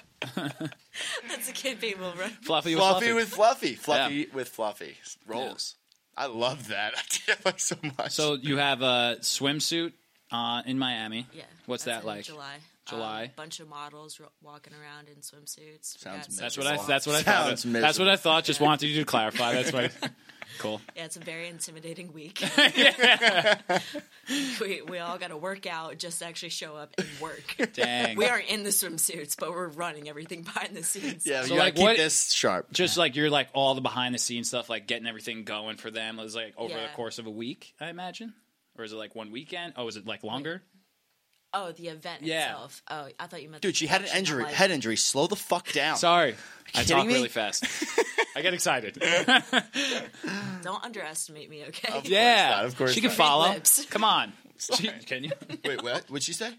Speaker 3: that's a campaign we'll run.
Speaker 1: Fluffy with
Speaker 2: Fluffy
Speaker 1: fluffy.
Speaker 2: with fluffy, fluffy with fluffy rolls. I love that. I did like so much.
Speaker 1: so you have a swimsuit uh, in Miami.
Speaker 3: Yeah.
Speaker 1: What's that
Speaker 3: that's in
Speaker 1: like?
Speaker 3: July. Um,
Speaker 1: July.
Speaker 3: bunch of models ro- walking around in swimsuits. We
Speaker 2: Sounds
Speaker 3: got-
Speaker 2: amazing.
Speaker 1: That's what I.
Speaker 2: Wow.
Speaker 1: That's what I thought.
Speaker 2: Sounds miserable.
Speaker 1: That's what I thought. Just wanted you to clarify. That's why. Cool.
Speaker 3: Yeah, it's a very intimidating week. we we all got to work out just to actually show up and work.
Speaker 1: Dang.
Speaker 3: We aren't in the swimsuits, but we're running everything behind the scenes.
Speaker 2: yeah,
Speaker 1: so
Speaker 2: you gotta
Speaker 1: like
Speaker 2: keep
Speaker 1: what-
Speaker 2: this sharp.
Speaker 1: Just like you're like all the behind the scenes stuff, like getting everything going for them. It was like over
Speaker 3: Yeah.
Speaker 1: the course of a week, I imagine, or is it like one weekend? Oh, is it like longer?
Speaker 3: Oh, the event
Speaker 1: Yeah.
Speaker 3: itself. Oh, I thought you meant
Speaker 2: Dude, she had an
Speaker 3: production.
Speaker 2: injury,
Speaker 3: I'm like,
Speaker 2: head injury. Slow the fuck down.
Speaker 1: Sorry, I
Speaker 2: kidding
Speaker 1: talk
Speaker 2: me?
Speaker 1: really fast. I get excited.
Speaker 3: Don't underestimate me, okay?
Speaker 1: Oh, yeah,
Speaker 2: not, of course
Speaker 1: she can
Speaker 2: not.
Speaker 1: follow.
Speaker 3: Big lips.
Speaker 1: Come on, she, can you?
Speaker 2: Wait, what? What'd she say?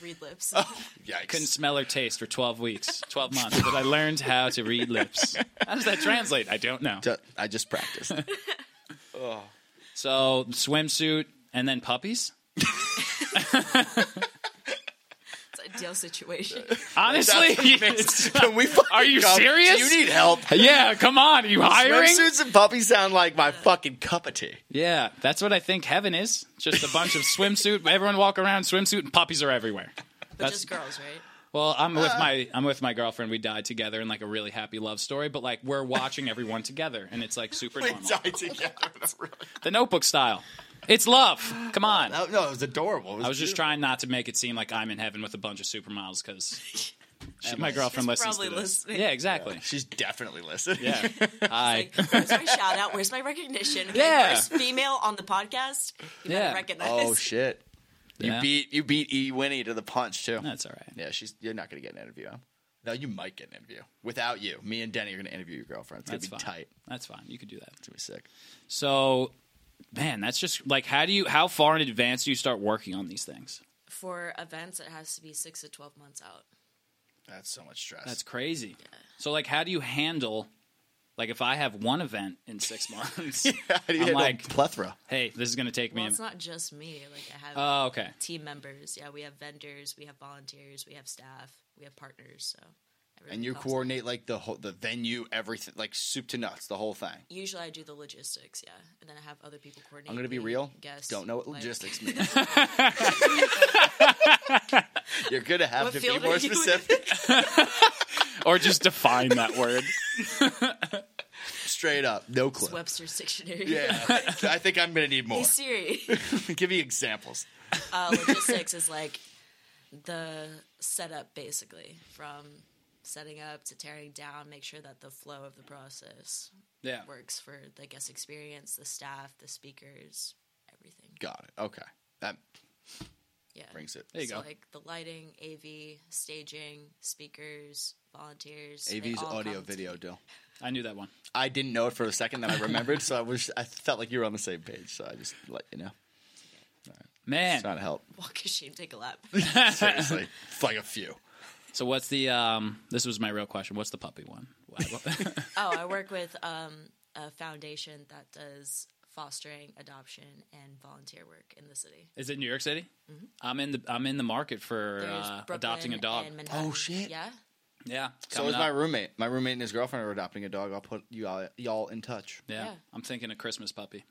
Speaker 3: Read lips.
Speaker 1: Oh.
Speaker 2: Yikes.
Speaker 1: Couldn't smell or taste for twelve weeks, twelve months, but I learned how to read lips. How does that translate? I don't know.
Speaker 2: Ju- I just practiced.
Speaker 1: So swimsuit and then puppies.
Speaker 3: It's an ideal situation.
Speaker 1: Honestly, it's-
Speaker 2: Can we fucking
Speaker 1: Are you
Speaker 2: come?
Speaker 1: serious?
Speaker 2: Do you need help?
Speaker 1: yeah. Come on, are you hiring?
Speaker 2: Swimsuits and puppies sound like my fucking cup of tea.
Speaker 1: Yeah, that's what I think heaven is. Just a bunch of swimsuit. Everyone walk around swimsuit, and puppies are everywhere.
Speaker 3: But
Speaker 1: That's-
Speaker 3: just girls, right?
Speaker 1: Well, I'm with my I'm with my girlfriend. We died together in like a really happy love story, but like we're watching everyone together, and it's like super
Speaker 2: We
Speaker 1: normal.
Speaker 2: died together. in a room.
Speaker 1: The Notebook style. It's love. Come on.
Speaker 2: No, no, it was adorable. It
Speaker 1: I was just
Speaker 2: beautiful.
Speaker 1: trying not to make it seem like I'm in heaven with a bunch of supermodels because my girlfriend
Speaker 3: She's
Speaker 1: listens
Speaker 3: probably
Speaker 1: to this.
Speaker 3: listening.
Speaker 1: Yeah, exactly.
Speaker 2: She's definitely listening.
Speaker 1: Yeah. Hi.
Speaker 3: Where's my shout out? Where's my recognition? Okay,
Speaker 1: Yeah.
Speaker 3: First female on the podcast. You
Speaker 1: Yeah.
Speaker 3: better recognize.
Speaker 2: Oh shit! You
Speaker 1: Yeah.
Speaker 2: beat you beat E Winnie to the punch too.
Speaker 1: That's all right.
Speaker 2: Yeah, she's you're not gonna get an interview. Huh? No, you might get an interview without you. Me and Denny are gonna interview your girlfriend. It's gonna
Speaker 1: That's
Speaker 2: be
Speaker 1: fine.
Speaker 2: tight.
Speaker 1: That's fine. You could do that.
Speaker 2: It's gonna be sick.
Speaker 1: So, man, that's just like how do you how far in advance do you start working on these things?
Speaker 3: for events, it has to be six to twelve months out.
Speaker 2: That's so much stress.
Speaker 1: That's crazy. So like, how do you handle? Like if I have one event in six months,
Speaker 2: How do you
Speaker 1: I'm
Speaker 2: handle
Speaker 1: like-
Speaker 2: plethora.
Speaker 1: hey, this is gonna take
Speaker 3: Well,
Speaker 1: me.
Speaker 3: it's not just me. Like I have
Speaker 1: Oh, okay.
Speaker 3: team members. Yeah, we have vendors, we have volunteers, we have staff, we have partners. So everyone
Speaker 2: And you
Speaker 3: pops up.
Speaker 2: coordinate like the whole, the venue, everything, like soup to nuts, the whole thing.
Speaker 3: Usually, I do the logistics. Yeah, and then I have other people coordinate.
Speaker 2: I'm gonna be
Speaker 3: the
Speaker 2: real.
Speaker 3: guests,
Speaker 2: Don't know what
Speaker 3: like-
Speaker 2: logistics means. You're gonna have
Speaker 3: What
Speaker 2: to be
Speaker 3: field
Speaker 2: more
Speaker 3: are you in?
Speaker 2: specific.
Speaker 1: Or just define that word.
Speaker 2: Straight up, no
Speaker 3: It's
Speaker 2: clue.
Speaker 3: Webster's dictionary.
Speaker 2: Yeah, I think I'm gonna need more.
Speaker 3: Hey Siri.
Speaker 2: Give me examples.
Speaker 3: uh, logistics is like the setup basically from setting up to tearing down make sure that the flow of the process
Speaker 1: Yeah.
Speaker 3: works for the guest experience the staff the speakers everything
Speaker 2: Got it. Okay, that
Speaker 3: yeah
Speaker 2: brings it.
Speaker 1: There you
Speaker 3: so
Speaker 1: go.
Speaker 3: like the lighting av staging speakers volunteers they
Speaker 2: AV's
Speaker 3: all come
Speaker 2: audio
Speaker 3: to-
Speaker 2: video deal.
Speaker 1: I knew that one.
Speaker 2: I didn't know it for a second, then I remembered, so I was I felt like you were on the same page. So I just let you know.
Speaker 1: Man.
Speaker 2: It's not help.
Speaker 3: walk a shame take a lap
Speaker 2: Seriously, it's like a few.
Speaker 1: So what's the um? This was my real question. What's the puppy one?
Speaker 3: oh i work with um, a foundation that does fostering adoption and volunteer work in the city
Speaker 1: Is it New York City? I'm in the I'm in the market for
Speaker 3: Mm-hmm. There's
Speaker 1: uh,
Speaker 3: Brooklyn
Speaker 1: adopting a dog.
Speaker 3: and Manhattan.
Speaker 2: Oh, shit.
Speaker 3: Yeah,
Speaker 1: yeah.
Speaker 2: So
Speaker 1: coming
Speaker 2: is my
Speaker 1: up.
Speaker 2: roommate. My roommate and his girlfriend are adopting a dog. I'll put you all, y'all in touch.
Speaker 1: yeah.
Speaker 3: yeah.
Speaker 1: I'm thinking a Christmas puppy.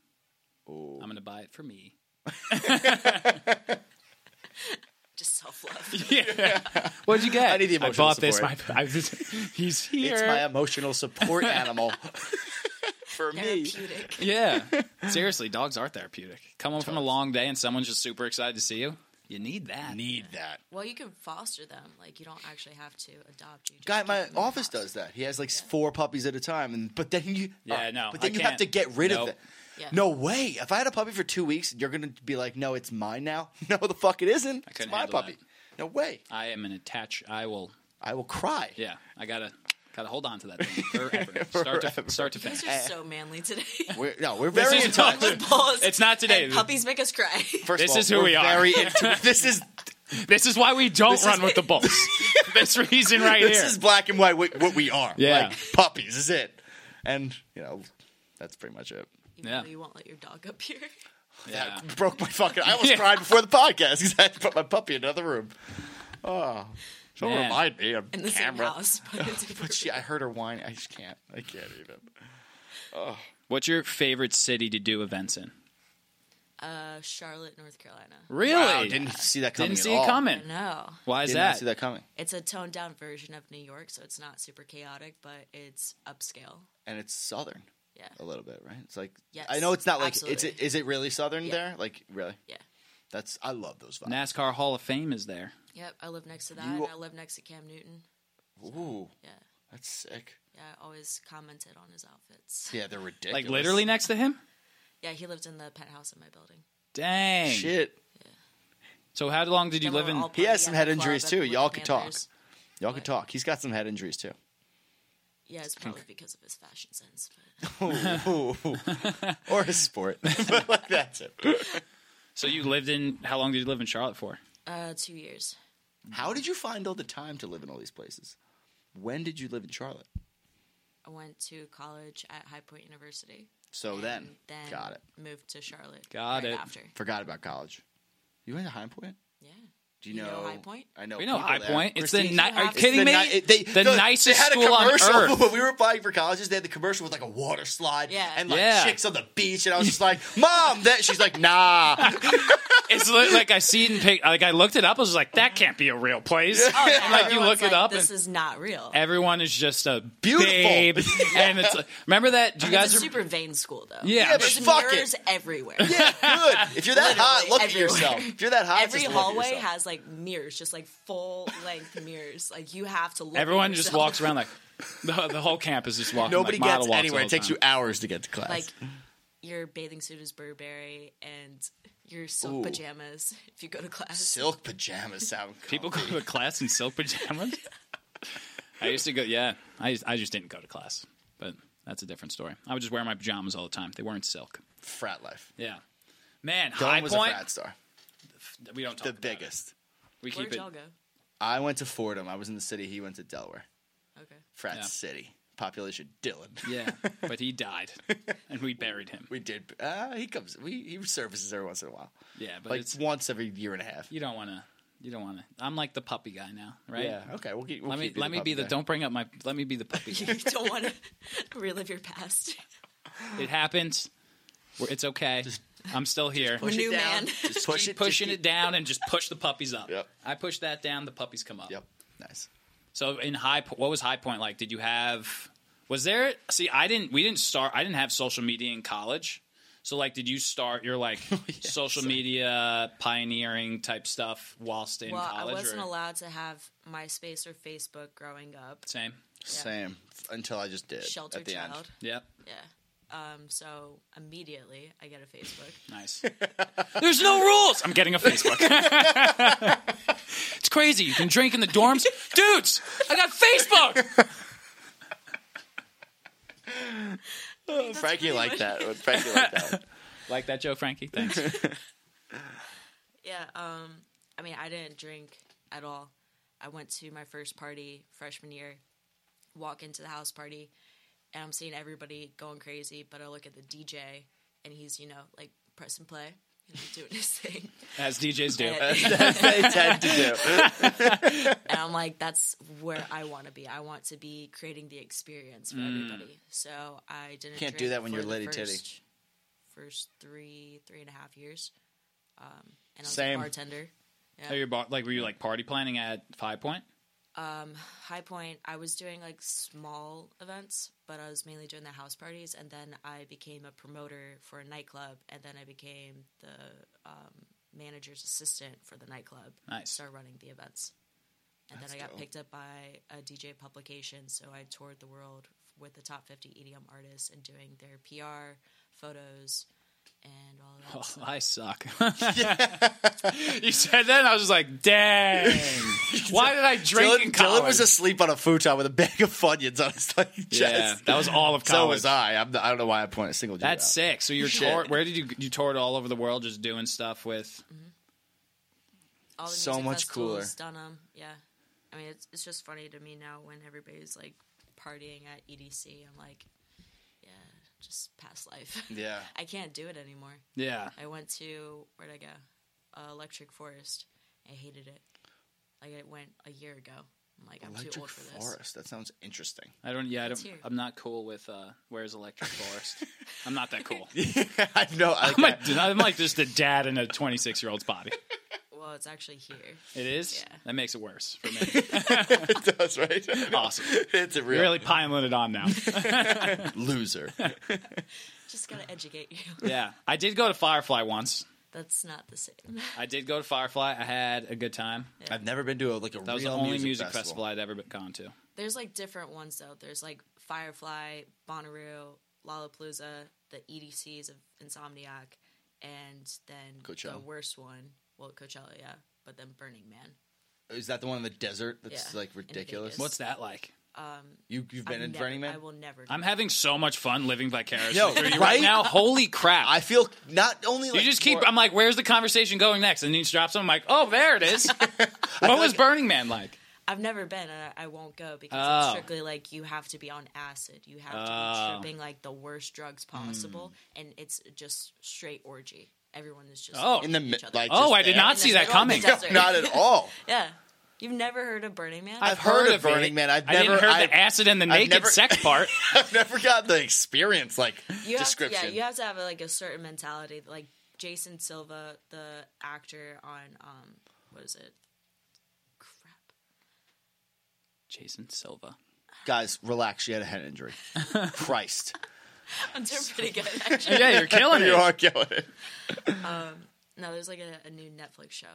Speaker 1: I'm gonna buy it for me.
Speaker 3: just self love.
Speaker 1: Yeah. What'd you get?
Speaker 2: I need the
Speaker 1: I
Speaker 2: emotional
Speaker 1: bought this. My,
Speaker 2: support.
Speaker 1: I was, he's here.
Speaker 2: It's my emotional support animal. For me,
Speaker 3: Therapeutic.
Speaker 1: yeah. Seriously, dogs are therapeutic. Come home from a long day and someone's just super excited to see you. You need that.
Speaker 2: need that.
Speaker 3: Well, you can foster them. Like you don't actually have to adopt. You just
Speaker 2: Guy,
Speaker 3: keep
Speaker 2: my
Speaker 3: them in the
Speaker 2: office
Speaker 3: house.
Speaker 2: does that. He has like four puppies at a time, and but then you,
Speaker 1: Yeah,
Speaker 2: uh,
Speaker 1: no,
Speaker 2: but then
Speaker 1: I
Speaker 2: you have
Speaker 1: can't.
Speaker 2: to get rid
Speaker 1: Nope.
Speaker 2: of it.
Speaker 3: Yeah.
Speaker 2: No way. If I had a puppy for two weeks, you're gonna be like, no, it's mine now. No, the fuck it isn't. It's
Speaker 1: couldn't
Speaker 2: my
Speaker 1: handle
Speaker 2: puppy. No way.
Speaker 1: I am an attach. I will.
Speaker 2: I will cry.
Speaker 1: Yeah. I gotta gotta hold on to that thing forever. Start
Speaker 2: Forever.
Speaker 1: to start to
Speaker 3: You guys
Speaker 1: finish.
Speaker 3: are so manly today.
Speaker 2: We're, no, we're very
Speaker 1: is
Speaker 2: in touch.
Speaker 1: not-
Speaker 3: Balls
Speaker 1: It's not today.
Speaker 3: and Puppies make us cry.
Speaker 2: First
Speaker 1: This
Speaker 2: of all,
Speaker 1: is who
Speaker 2: we're
Speaker 1: we are.
Speaker 2: Very into, this is
Speaker 1: This is why we don't run with the bulls. this reason right
Speaker 2: this
Speaker 1: here.
Speaker 2: is black and white what what we are.
Speaker 1: Yeah.
Speaker 2: Like puppies is it. And you know, that's pretty much it.
Speaker 3: Even
Speaker 1: Yeah.
Speaker 3: though you won't let your dog up here.
Speaker 1: yeah.
Speaker 2: That broke my fucking I almost
Speaker 1: Yeah.
Speaker 2: cried before the podcast because I had to put my puppy in another room. Oh. Don't
Speaker 1: Man.
Speaker 2: remind me of
Speaker 3: In the
Speaker 2: camera.
Speaker 3: same house. But it's
Speaker 2: But she I heard her whine. I just can't. I can't even.
Speaker 1: What's your favorite city to do events in?
Speaker 3: uh, Charlotte, North Carolina.
Speaker 1: Really?
Speaker 2: Wow, didn't see that coming.
Speaker 1: Didn't
Speaker 2: at
Speaker 1: see
Speaker 2: all.
Speaker 1: it coming.
Speaker 3: No,
Speaker 1: Why is
Speaker 2: Did
Speaker 1: that?
Speaker 2: not see that coming.
Speaker 3: it's a toned down version of New York, so it's not super chaotic, but it's upscale.
Speaker 2: And it's southern
Speaker 3: Yeah,
Speaker 1: Oh.
Speaker 2: a little bit, right? It's like
Speaker 3: Yes,
Speaker 2: I know it's not like it's
Speaker 3: absolutely.
Speaker 2: is it really southern
Speaker 3: Yeah.
Speaker 2: there? Like really?
Speaker 3: yeah.
Speaker 2: That's I love those vibes.
Speaker 1: NASCAR Hall of Fame is there.
Speaker 3: Yep, I live next to that.
Speaker 2: You-
Speaker 3: and I live next to Cam Newton.
Speaker 2: Ooh,
Speaker 3: Yeah,
Speaker 2: that's sick.
Speaker 3: yeah. I always commented on his outfits.
Speaker 2: Yeah, they're ridiculous.
Speaker 1: Like literally next to him?
Speaker 3: Yeah, he lived in the penthouse in my building.
Speaker 1: Dang.
Speaker 2: shit.
Speaker 1: So how long did you
Speaker 3: Then we
Speaker 1: live
Speaker 3: were
Speaker 1: in
Speaker 3: all
Speaker 2: He has
Speaker 3: partying
Speaker 2: some
Speaker 3: at
Speaker 2: head
Speaker 3: the
Speaker 2: injuries
Speaker 3: club
Speaker 2: too.
Speaker 3: with the
Speaker 2: Y'all could talk.
Speaker 3: Panthers.
Speaker 2: Y'all can
Speaker 3: What?
Speaker 2: talk. He's got some head injuries too.
Speaker 3: Yeah, it's probably because of his fashion sense. But
Speaker 2: or his sport. But, like that's it.
Speaker 1: So you lived in how long did you live in Charlotte for?
Speaker 3: uh, two years.
Speaker 2: How did you find all the time to live in all these places? When did you live in Charlotte?
Speaker 3: I went to college at High Point University.
Speaker 2: So
Speaker 3: and
Speaker 2: then,
Speaker 3: then
Speaker 2: got it.
Speaker 3: Moved to Charlotte.
Speaker 1: Got
Speaker 3: right
Speaker 1: it.
Speaker 3: After
Speaker 2: Forgot about college. You went to High Point.
Speaker 3: yeah,
Speaker 2: Do you,
Speaker 3: You know High Point?
Speaker 2: I know.
Speaker 1: We know
Speaker 2: people
Speaker 1: High
Speaker 2: there.
Speaker 1: Point. It's the
Speaker 3: Christine,
Speaker 1: ni-
Speaker 3: you
Speaker 1: Are you
Speaker 3: have- It's
Speaker 1: kidding
Speaker 2: the
Speaker 1: me?
Speaker 2: ni- they-
Speaker 1: the, nicest
Speaker 2: they had a
Speaker 1: school on
Speaker 2: commercial
Speaker 1: earth.
Speaker 2: When we were applying for colleges, they had the commercial with like a water slide
Speaker 3: Yeah.
Speaker 2: and like
Speaker 1: Yeah.
Speaker 2: chicks on the beach, and I was just like, "Mom, that." She's like, "Nah."
Speaker 1: It's li- like I see it in pic- like I looked it up. I was like, that can't be a real place.
Speaker 3: yeah,
Speaker 1: Like you
Speaker 3: everyone's
Speaker 1: look it up
Speaker 3: This
Speaker 1: and
Speaker 3: is not real.
Speaker 1: everyone is just a
Speaker 2: Beautiful.
Speaker 1: babe. and it's like, remember that? Do you guys
Speaker 3: it's a
Speaker 1: are,
Speaker 3: super vain school though.
Speaker 1: Yeah, but
Speaker 3: there's
Speaker 2: fuck it.
Speaker 3: mirrors everywhere.
Speaker 2: Yeah, good. If you're that hot, look
Speaker 3: everywhere.
Speaker 2: at yourself. If you're that hot,
Speaker 3: Every
Speaker 2: just
Speaker 3: hallway
Speaker 2: look at yourself.
Speaker 3: has like mirrors, just like full length mirrors. Like you have to look. at
Speaker 1: everyone just
Speaker 3: yourself.
Speaker 1: walks around like the, the whole campus is walking.
Speaker 2: Nobody
Speaker 1: like, model
Speaker 2: gets
Speaker 1: walks
Speaker 2: anywhere.
Speaker 1: all
Speaker 2: It
Speaker 1: the
Speaker 2: takes you
Speaker 1: time.
Speaker 2: hours to get to class.
Speaker 3: like your bathing suit is Burberry and your silk
Speaker 2: Ooh.
Speaker 3: pajamas if you go to class.
Speaker 2: silk pajamas sound.
Speaker 1: People go to class in silk pajamas. I used to go. Yeah, I just, I just didn't go to class, but that's a different story. I would just wear my pajamas all the time. They weren't silk.
Speaker 2: frat life.
Speaker 1: Yeah, man.
Speaker 2: Dylan
Speaker 1: high
Speaker 2: was
Speaker 1: point.
Speaker 2: a
Speaker 3: Oh
Speaker 2: frat star.
Speaker 1: we don't talk
Speaker 2: the
Speaker 1: about it.
Speaker 2: biggest.
Speaker 1: We keep
Speaker 3: Where'd
Speaker 1: it.
Speaker 3: y'all go?
Speaker 2: I went to Fordham. I was in the city. He went to Delaware.
Speaker 3: Okay.
Speaker 2: Frat
Speaker 1: Yeah.
Speaker 2: City. Population Dylan.
Speaker 1: Yeah, but he died, and we buried him.
Speaker 2: We did. Uh, he comes. We he surfaces every once in a while,
Speaker 1: Yeah, but
Speaker 2: like
Speaker 1: it's
Speaker 2: once every year and a half.
Speaker 1: you don't want to. You don't want to. I'm like the puppy guy now, right?
Speaker 2: Yeah. Okay. We'll, keep, we'll
Speaker 1: Let me
Speaker 2: keep you
Speaker 1: let me be the
Speaker 2: puppy guy.
Speaker 1: don't bring up my let me be the puppy. guy.
Speaker 3: you don't want to relive your past.
Speaker 1: It happens. We're- It's okay. I'm still here.
Speaker 2: Push it
Speaker 3: New
Speaker 2: down.
Speaker 3: man.
Speaker 2: Just push
Speaker 1: Keep
Speaker 2: it.
Speaker 1: pushing
Speaker 2: just
Speaker 1: it down and just push the puppies up.
Speaker 2: Yep.
Speaker 1: I push that down, the puppies come up.
Speaker 2: Keep, yep. Nice.
Speaker 1: So in high, Po- what was High Point like? Did you have? Was there? See, I didn't. We didn't start. I didn't have social media in college. So like, did you start your like
Speaker 2: Oh,
Speaker 1: social media pioneering type stuff whilst in
Speaker 3: well,
Speaker 1: college?
Speaker 3: I wasn't
Speaker 1: or,
Speaker 3: allowed to have MySpace or Facebook growing up.
Speaker 1: Same.
Speaker 2: Same. Until I just did
Speaker 3: Shelter
Speaker 2: at the
Speaker 3: child.
Speaker 2: end.
Speaker 1: Yep.
Speaker 3: Yeah. Um, so immediately I get a Facebook.
Speaker 1: Nice. There's no rules. I'm getting a Facebook. it's crazy. You can drink in the dorms, dudes. I got Facebook.
Speaker 2: Frankie liked that. one. Frankie liked that. one.
Speaker 1: Like that joke, Frankie. Thanks.
Speaker 3: Yeah. Um, I mean, I didn't drink at all. I went to my first party freshman year, walk into the house party, and I'm seeing everybody going crazy. But I look at the DJ, and he's, you know, like press and play, you know, doing his thing.
Speaker 1: As DJs do.
Speaker 3: And,
Speaker 2: they tend to do.
Speaker 3: and I'm like, that's where I want to be. I want to be creating the experience for everybody. So I didn't.
Speaker 2: Mm. Can't do
Speaker 3: drink
Speaker 2: that when
Speaker 3: for
Speaker 2: you're
Speaker 3: the
Speaker 2: Lady Titty.
Speaker 3: first, First three, three and a half years. Um, and I was
Speaker 2: Same.
Speaker 3: a bartender.
Speaker 1: Are you bar- like were you like party planning at Five Point?
Speaker 3: High Point, I was doing like small events, but I was mainly doing the house parties. And then I became a promoter for a nightclub, and then I became the um, manager's assistant for the nightclub.
Speaker 1: Nice.
Speaker 3: Started running the events, and then I got
Speaker 2: dope.
Speaker 3: picked up by a DJ publication. So I toured the world with the top fifty EDM artists and doing their PR, photos, and all that.
Speaker 1: Oh, I suck. you said that, and I was just like, dang. Why did I drink in
Speaker 2: Dylan,
Speaker 1: college?
Speaker 2: Dylan was asleep on a futon with a bag of Funyuns on his like, chest.
Speaker 1: yeah, that was all of college.
Speaker 2: so was I. I'm, I don't know why I point a single. dude
Speaker 1: That's
Speaker 2: out.
Speaker 1: sick. So you're
Speaker 2: Shit.
Speaker 1: tour- where did you you toured all over the world, just doing stuff with?
Speaker 3: all the
Speaker 2: So
Speaker 3: music
Speaker 2: much
Speaker 3: festivals, done 'em, yeah. I mean, it's it's just funny to me now when everybody's like partying at EDC. I'm like, yeah, just past life.
Speaker 2: Yeah.
Speaker 3: I can't do it anymore.
Speaker 1: Yeah,
Speaker 3: I went to where'd I go? Uh, Electric Forest. I hated it. Like I went a year ago. I'm like, I'm too
Speaker 2: Electric
Speaker 3: old for this.
Speaker 2: Forest. That sounds interesting.
Speaker 1: I don't. Yeah, I don't.
Speaker 3: here.
Speaker 1: I'm not cool with uh, where's Electric Forest. I'm not that cool.
Speaker 2: I know. I,
Speaker 1: I'm, like, I'm like just a dad in a 26 year old's body.
Speaker 3: Well, it's actually here.
Speaker 1: It is.
Speaker 3: Yeah.
Speaker 1: That makes it worse for me.
Speaker 2: it does, right?
Speaker 1: awesome.
Speaker 2: it's a
Speaker 1: You're
Speaker 2: real
Speaker 1: really piling it on now.
Speaker 2: loser.
Speaker 3: Just gotta educate you.
Speaker 1: Yeah, I did go to Firefly once.
Speaker 3: That's not the same.
Speaker 1: I did go to Firefly. I had a good time.
Speaker 2: I've never been to a, like a
Speaker 1: That was
Speaker 2: real
Speaker 1: the only
Speaker 2: music,
Speaker 1: music,
Speaker 2: festival.
Speaker 1: festival. I'd ever been- gone to.
Speaker 3: There's like different ones though. There's like Firefly, Bonnaroo, Lollapalooza, the EDCs of Insomniac, and then the
Speaker 2: Coachella.
Speaker 3: worst one, well Coachella, yeah, but then Burning Man.
Speaker 2: Is that the one in the desert? That's
Speaker 3: Yeah,
Speaker 2: like
Speaker 3: in
Speaker 2: ridiculous.
Speaker 3: Vegas.
Speaker 1: What's that like?
Speaker 2: You you've been
Speaker 3: I'm
Speaker 2: in
Speaker 3: never-
Speaker 2: Burning Man?
Speaker 3: I will never.
Speaker 1: I'm having so much fun living vicariously
Speaker 2: Yo,
Speaker 1: through you
Speaker 2: right?
Speaker 1: right now. Holy crap!
Speaker 2: I feel not only
Speaker 1: you
Speaker 2: like
Speaker 1: just keep.
Speaker 2: more-
Speaker 1: I'm like, where's the conversation going next? And then you drop something. I'm like, oh, there it is. what was Burning Man like?
Speaker 3: I've never been, and I, I won't go because
Speaker 1: Oh.
Speaker 3: it's strictly like you have to be on acid. You have to
Speaker 1: Oh. Hmm.
Speaker 3: be tripping like the worst drugs possible, and it's just straight orgy. Everyone is just
Speaker 1: Oh.
Speaker 2: in the
Speaker 3: each
Speaker 2: mi-
Speaker 3: other.
Speaker 2: like.
Speaker 1: Oh,
Speaker 2: just
Speaker 1: I did
Speaker 2: there.
Speaker 1: not
Speaker 3: In the
Speaker 1: see that
Speaker 3: middle of the
Speaker 1: coming.
Speaker 3: desert. see-
Speaker 2: Not at all.
Speaker 3: yeah. You've never heard of Burning Man?
Speaker 2: I've heard, of
Speaker 1: it.
Speaker 2: Burning Man. I've
Speaker 1: I
Speaker 2: never
Speaker 1: didn't hear
Speaker 2: I've,
Speaker 1: the acid and the naked
Speaker 2: never-
Speaker 1: sex part.
Speaker 2: I've never got the experience like
Speaker 3: you have to,
Speaker 2: description.
Speaker 3: yeah, you have to have like a certain mentality. Like Jason Silva, the actor on um, what is it? Crap.
Speaker 1: Jason Silva.
Speaker 2: Guys, relax. She had a head injury. Christ,
Speaker 3: I'm doing pretty good actually.
Speaker 1: Yeah, you're killing it.
Speaker 2: you are killing it.
Speaker 3: No, there's like a, a new Netflix show,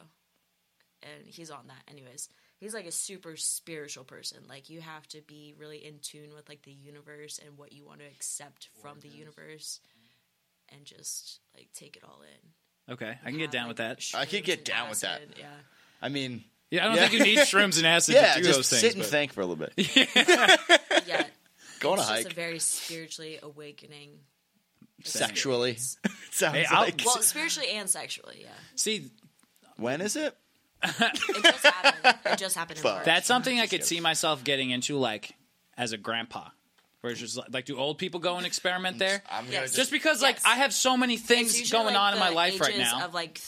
Speaker 3: and he's on that. Anyways, he's like a super spiritual person. Like you have to be really in tune with like the universe and what you want to accept from the universe, and just like take it all in.
Speaker 1: Okay, I can get
Speaker 3: Have,
Speaker 1: down
Speaker 3: like,
Speaker 1: with that.
Speaker 2: I could
Speaker 3: shrooms
Speaker 2: get
Speaker 3: and
Speaker 2: down with that.
Speaker 3: acid, Yeah.
Speaker 2: I mean,
Speaker 1: Yeah, I don't
Speaker 2: Yeah.
Speaker 1: think you need shrooms and acid
Speaker 2: yeah,
Speaker 1: to do
Speaker 2: just
Speaker 1: those
Speaker 2: sit
Speaker 1: things.
Speaker 2: and
Speaker 1: but-
Speaker 2: think for a little bit.
Speaker 3: Yeah.
Speaker 2: Go on a
Speaker 3: It's just a
Speaker 2: hike.
Speaker 3: very spiritually awakening.
Speaker 2: Sexually, sounds
Speaker 1: I'll-
Speaker 2: like
Speaker 3: Well, spiritually and sexually, yeah.
Speaker 1: See,
Speaker 2: When is it?
Speaker 3: It just happened. It just happened in
Speaker 2: Fuck.
Speaker 3: March.
Speaker 1: That's something I could see myself getting into, like as a grandpa. Where it's just like, like, do old people go and experiment there?
Speaker 2: I'm
Speaker 3: Yes.
Speaker 1: Just because, like,
Speaker 3: Yes.
Speaker 1: I have so many
Speaker 3: It's
Speaker 1: things
Speaker 3: usually,
Speaker 1: going
Speaker 3: like,
Speaker 1: on in my
Speaker 3: the
Speaker 1: life right
Speaker 3: ages
Speaker 1: now.
Speaker 3: Of like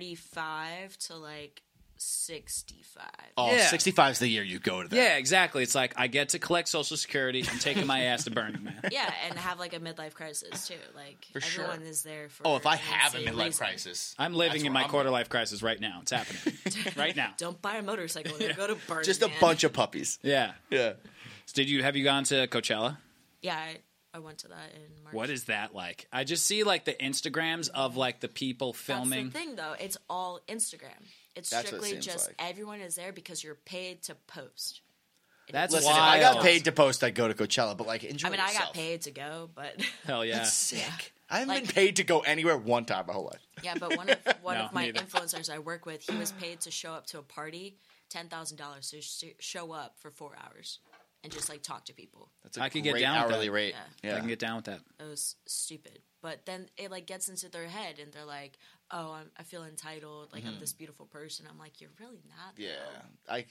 Speaker 3: 35 to like 65.
Speaker 2: Oh,
Speaker 1: Yeah.
Speaker 2: 65 is the year you go to that.
Speaker 1: yeah, exactly. It's like I get to collect Social Security. I'm taking my ass to Burning Man.
Speaker 3: Yeah, and have like a midlife crisis too. Like
Speaker 2: For sure.
Speaker 3: everyone is there for.
Speaker 2: Oh, if I
Speaker 3: an
Speaker 2: have a
Speaker 3: insane
Speaker 2: midlife
Speaker 3: reason.
Speaker 2: crisis,
Speaker 1: I'm living
Speaker 2: That's
Speaker 1: in
Speaker 2: where
Speaker 1: my
Speaker 2: I'm-
Speaker 1: quarter life crisis right now. It's happening right now.
Speaker 3: Don't buy a motorcycle. and Go to Burning
Speaker 2: just a
Speaker 3: Man.
Speaker 2: bunch of puppies.
Speaker 1: Yeah.
Speaker 2: Yeah.
Speaker 1: So did you have you gone to Coachella?
Speaker 3: Yeah, I, I went to that in March.
Speaker 1: What is that like? I just see like the Instagrams of like the people filming.
Speaker 3: That's the thing, though. It's all Instagram. It's
Speaker 2: That's what it
Speaker 3: strictly
Speaker 2: seems
Speaker 3: just
Speaker 2: like.
Speaker 3: everyone is there because you're paid to post.
Speaker 1: That's
Speaker 2: Listen,
Speaker 1: wild.
Speaker 2: if I got paid to post, I'd go to Coachella, but like, enjoy
Speaker 3: I mean, I
Speaker 2: yourself.
Speaker 3: got paid to go, but
Speaker 1: Hell yeah.
Speaker 2: That's sick. I haven't been
Speaker 3: Like-
Speaker 2: paid to go anywhere one time my whole life.
Speaker 3: yeah. But one of one
Speaker 1: No,
Speaker 3: of my
Speaker 1: me either.
Speaker 3: influencers I work with, he was paid to show up to a party, ten thousand dollars to sh- show up for four hours and just like talk to people.
Speaker 2: That's a
Speaker 1: I could get
Speaker 2: great
Speaker 1: down with
Speaker 2: hourly
Speaker 1: that.
Speaker 2: rate. Yeah.
Speaker 1: I can get down with that.
Speaker 3: It was stupid. But then it like gets into their head and they're like, "Oh, I'm, I feel entitled. Like I'm
Speaker 2: Mm-hmm.
Speaker 3: this beautiful person." I'm like, "You're really not." though."
Speaker 2: Yeah, Um, I.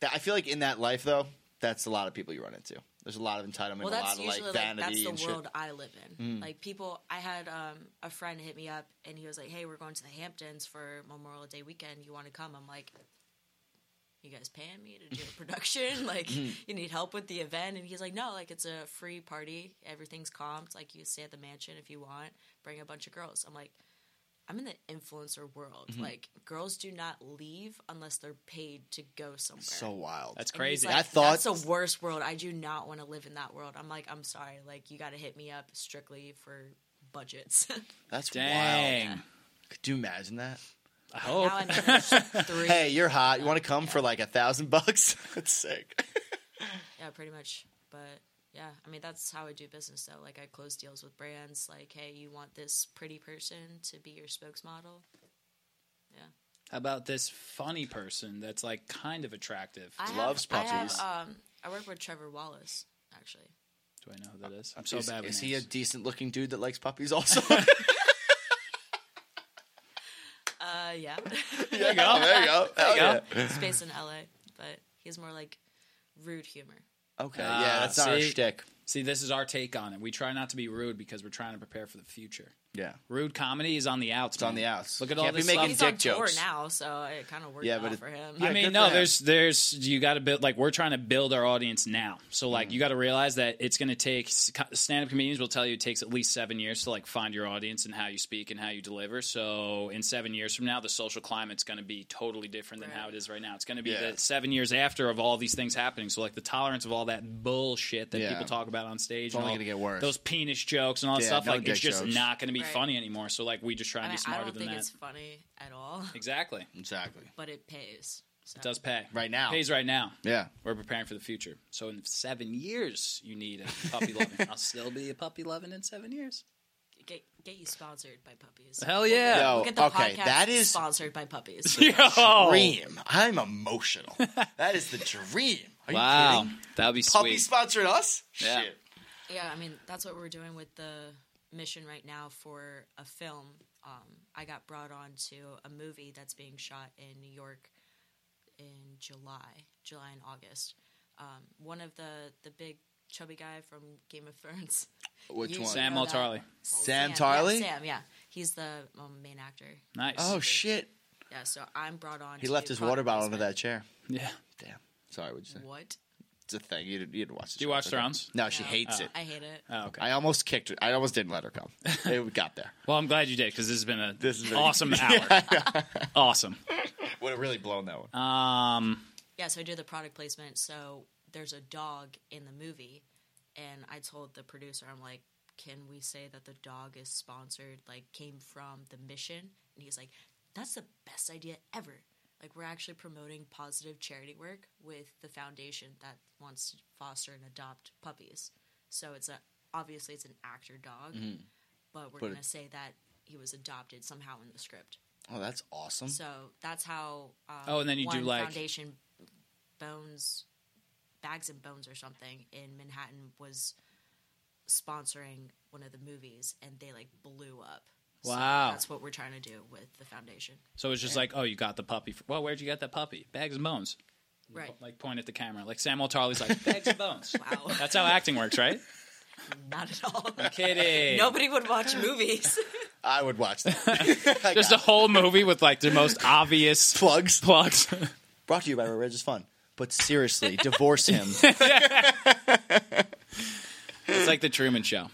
Speaker 2: That, I feel like in that life though, that's a lot of people you run into. There's a lot of entitlement,
Speaker 3: Well,
Speaker 2: a lot
Speaker 3: that's
Speaker 2: of like
Speaker 3: usually like,
Speaker 2: vanity
Speaker 3: that's the
Speaker 2: and Mm.
Speaker 3: world I live in. Like people, I had um, a friend hit me up and he was like, "Hey, we're going to the Hamptons for Memorial Day weekend. You want to come?" I'm like, "You guys paying me to do a production? like,
Speaker 2: Mm.
Speaker 3: you need help with the event?" And he's like, "No, like it's a free party. Everything's comped. Like you stay at the mansion if you want. Bring a bunch of girls." I'm like. I'm in the influencer world.
Speaker 2: Mm-hmm.
Speaker 3: Like girls do not leave unless they're paid to go somewhere.
Speaker 2: shit. So wild.
Speaker 1: That's
Speaker 3: And he's
Speaker 1: crazy.
Speaker 3: Like,
Speaker 2: I thought-
Speaker 3: that's the worst world. I do not want to live in that world. I'm like, I'm sorry. Like, you got to hit me up strictly for budgets.
Speaker 2: that's
Speaker 1: Dang.
Speaker 2: wild. Could you imagine that?
Speaker 1: I
Speaker 3: now
Speaker 1: hope.
Speaker 3: I'm in like three.
Speaker 2: Hey, you're hot. You want to come for like a thousand bucks? That's sick.
Speaker 3: Yeah, pretty much. But yeah, I mean, that's how I do business though. Like, I close deals with brands. Like, hey, you want this pretty person to be your spokesmodel?
Speaker 1: How about this funny person that's like kind of attractive?
Speaker 3: I have-
Speaker 2: Loves
Speaker 3: I have,
Speaker 2: puppies.
Speaker 3: um, I work with Trevor Wallace actually.
Speaker 1: Do I know who that is? I'm so
Speaker 2: is,
Speaker 1: bad with
Speaker 2: Is he a
Speaker 1: names.
Speaker 2: decent looking dude that likes puppies? Also,
Speaker 3: Uh, yeah,
Speaker 2: there you go. There you go. Hell
Speaker 1: go.
Speaker 3: he's based in LA, but he's more like rude humor.
Speaker 2: yeah. Okay.
Speaker 1: Ah,
Speaker 2: yeah, that's not our
Speaker 1: see?
Speaker 2: shtick.
Speaker 1: See, this is our take on it. We try not to be rude because we're trying to prepare for the future.
Speaker 2: Yeah.
Speaker 1: Rude comedy is on the outs.
Speaker 2: It's on the outs.
Speaker 1: Look at
Speaker 2: Can't
Speaker 1: all
Speaker 2: be
Speaker 1: this
Speaker 2: making
Speaker 1: stuff.
Speaker 3: He's
Speaker 2: dick
Speaker 3: on tour
Speaker 2: jokes.
Speaker 3: now, so it kind of worked
Speaker 2: Yeah,
Speaker 3: out
Speaker 2: but it-
Speaker 3: for him.
Speaker 2: Yeah,
Speaker 1: I
Speaker 2: good
Speaker 1: mean,
Speaker 2: for
Speaker 1: no,
Speaker 2: him.
Speaker 1: there's, there's, you got to build, like, we're trying to build our audience now. So, like,
Speaker 2: Mm-hmm.
Speaker 1: you got to realize that it's going to take, stand up comedians will tell you it takes at least seven years to, like, find your audience and how you speak and how you deliver. So, in seven years from now, the social climate's going to be totally different than how it is right now. It's going to be
Speaker 2: Yeah.
Speaker 1: the seven years after of all these things happening. So, like, the tolerance of all that bullshit that
Speaker 2: Yeah.
Speaker 1: people talk about on stage and
Speaker 2: only
Speaker 1: all
Speaker 2: gonna get worse.
Speaker 1: those penis jokes and all that
Speaker 2: Yeah,
Speaker 1: stuff,
Speaker 2: no
Speaker 1: like, it's
Speaker 2: dick
Speaker 1: just
Speaker 2: jokes.
Speaker 1: not going to be
Speaker 3: Right.
Speaker 1: funny anymore. So, like, we just try
Speaker 3: I,
Speaker 1: and
Speaker 3: mean,
Speaker 1: be
Speaker 3: I
Speaker 1: smarter
Speaker 3: don't
Speaker 1: than
Speaker 3: think
Speaker 1: that.
Speaker 3: it's funny at all,
Speaker 1: Exactly.
Speaker 2: Exactly.
Speaker 3: but it pays. So.
Speaker 1: It does pay.
Speaker 2: Right now.
Speaker 1: Pays right now.
Speaker 2: Yeah.
Speaker 1: We're preparing for the future. So in seven years, you need a puppy loving. I'll still be a puppy loving in seven years.
Speaker 3: Get, get you sponsored by puppies.
Speaker 1: Hell yeah.
Speaker 2: Yo.
Speaker 3: Look at the
Speaker 2: okay,
Speaker 3: podcast
Speaker 2: that is-
Speaker 3: sponsored by puppies.
Speaker 1: Yo.
Speaker 2: Dream. I'm emotional. that is the dream. Are you
Speaker 1: Wow.
Speaker 2: kidding?
Speaker 1: That would be
Speaker 2: Puppy
Speaker 1: sweet.
Speaker 2: sponsored us?
Speaker 1: Yeah.
Speaker 2: Shit.
Speaker 3: yeah, I mean that's what we're doing with the mission right now for a film. Um, I got brought on to a movie that's being shot in New York in July, July and August. Um, one of the the big chubby guy from Game of Thrones.
Speaker 2: Which
Speaker 3: You
Speaker 2: one?
Speaker 1: Sam
Speaker 3: know that.
Speaker 1: Altarli.
Speaker 2: Sam
Speaker 3: yeah,
Speaker 2: Tarly?
Speaker 3: Sam, yeah, he's the um, main actor.
Speaker 1: Nice.
Speaker 2: Oh shit!
Speaker 3: Yeah, so I'm brought on.
Speaker 2: He
Speaker 3: to
Speaker 2: left
Speaker 3: do
Speaker 2: his water
Speaker 3: product
Speaker 2: bottle under
Speaker 3: placement.
Speaker 2: that chair.
Speaker 1: yeah.
Speaker 2: Damn. Sorry, what'd you say?
Speaker 3: What?
Speaker 2: It's a thing. You didn't, you didn't watch. The
Speaker 1: Do you
Speaker 2: show,
Speaker 1: watch
Speaker 2: okay.
Speaker 1: Thrones?
Speaker 2: No, Oh, she
Speaker 3: No.
Speaker 2: hates it.
Speaker 3: I hate it.
Speaker 1: Oh, okay.
Speaker 2: I almost kicked her. I almost didn't let her come. It got there.
Speaker 1: Well, I'm glad you did because this has been an
Speaker 2: This has been-
Speaker 1: awesome hour. awesome.
Speaker 2: Would have really blown that one.
Speaker 1: Um,
Speaker 3: Yeah, so I do the product placement. So there's a dog in the movie, and I told the producer, I'm like, can we say that the dog is sponsored, like came from the mission? And he's like, that's the best idea ever. Like, we're actually promoting positive charity work with the foundation that wants to foster and adopt puppies. So it's a obviously it's an actor dog, but we're
Speaker 2: But it-
Speaker 3: gonna say that he was adopted somehow in the script.
Speaker 2: oh, that's awesome.
Speaker 3: So that's how. Um,
Speaker 1: Oh, and then you do,
Speaker 3: one
Speaker 1: like-
Speaker 3: foundation bones, bags and bones or something in Manhattan was sponsoring one of the movies, and they like blew up.
Speaker 1: Wow.
Speaker 3: that's what we're trying to do with the foundation.
Speaker 1: So it's just like, oh, you got the puppy. f- Well, where'd you get that puppy? Bags and bones.
Speaker 3: Right.
Speaker 1: Like point at the camera. Like Samuel Tarly's like bags and bones.
Speaker 3: Wow.
Speaker 1: That's how acting works, right?
Speaker 3: Not at all.
Speaker 1: Kidding.
Speaker 3: Nobody would watch movies.
Speaker 2: I would watch that. I
Speaker 1: Just
Speaker 2: got
Speaker 1: a whole movie with like the most obvious
Speaker 2: plugs.
Speaker 1: plugs.
Speaker 2: Brought to you by Religious Fun. But seriously, divorce him.
Speaker 1: it's like the Truman Show.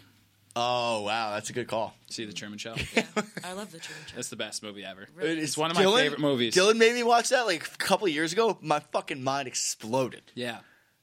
Speaker 2: oh wow, that's a good call.
Speaker 1: See the Truman Show?
Speaker 3: yeah. I love the Truman Show.
Speaker 1: That's the best movie ever.
Speaker 3: Really.
Speaker 1: It's one of my
Speaker 2: Dylan-
Speaker 1: favorite movies.
Speaker 2: Dylan made me watch that like a couple years ago. My fucking mind exploded.
Speaker 1: Yeah.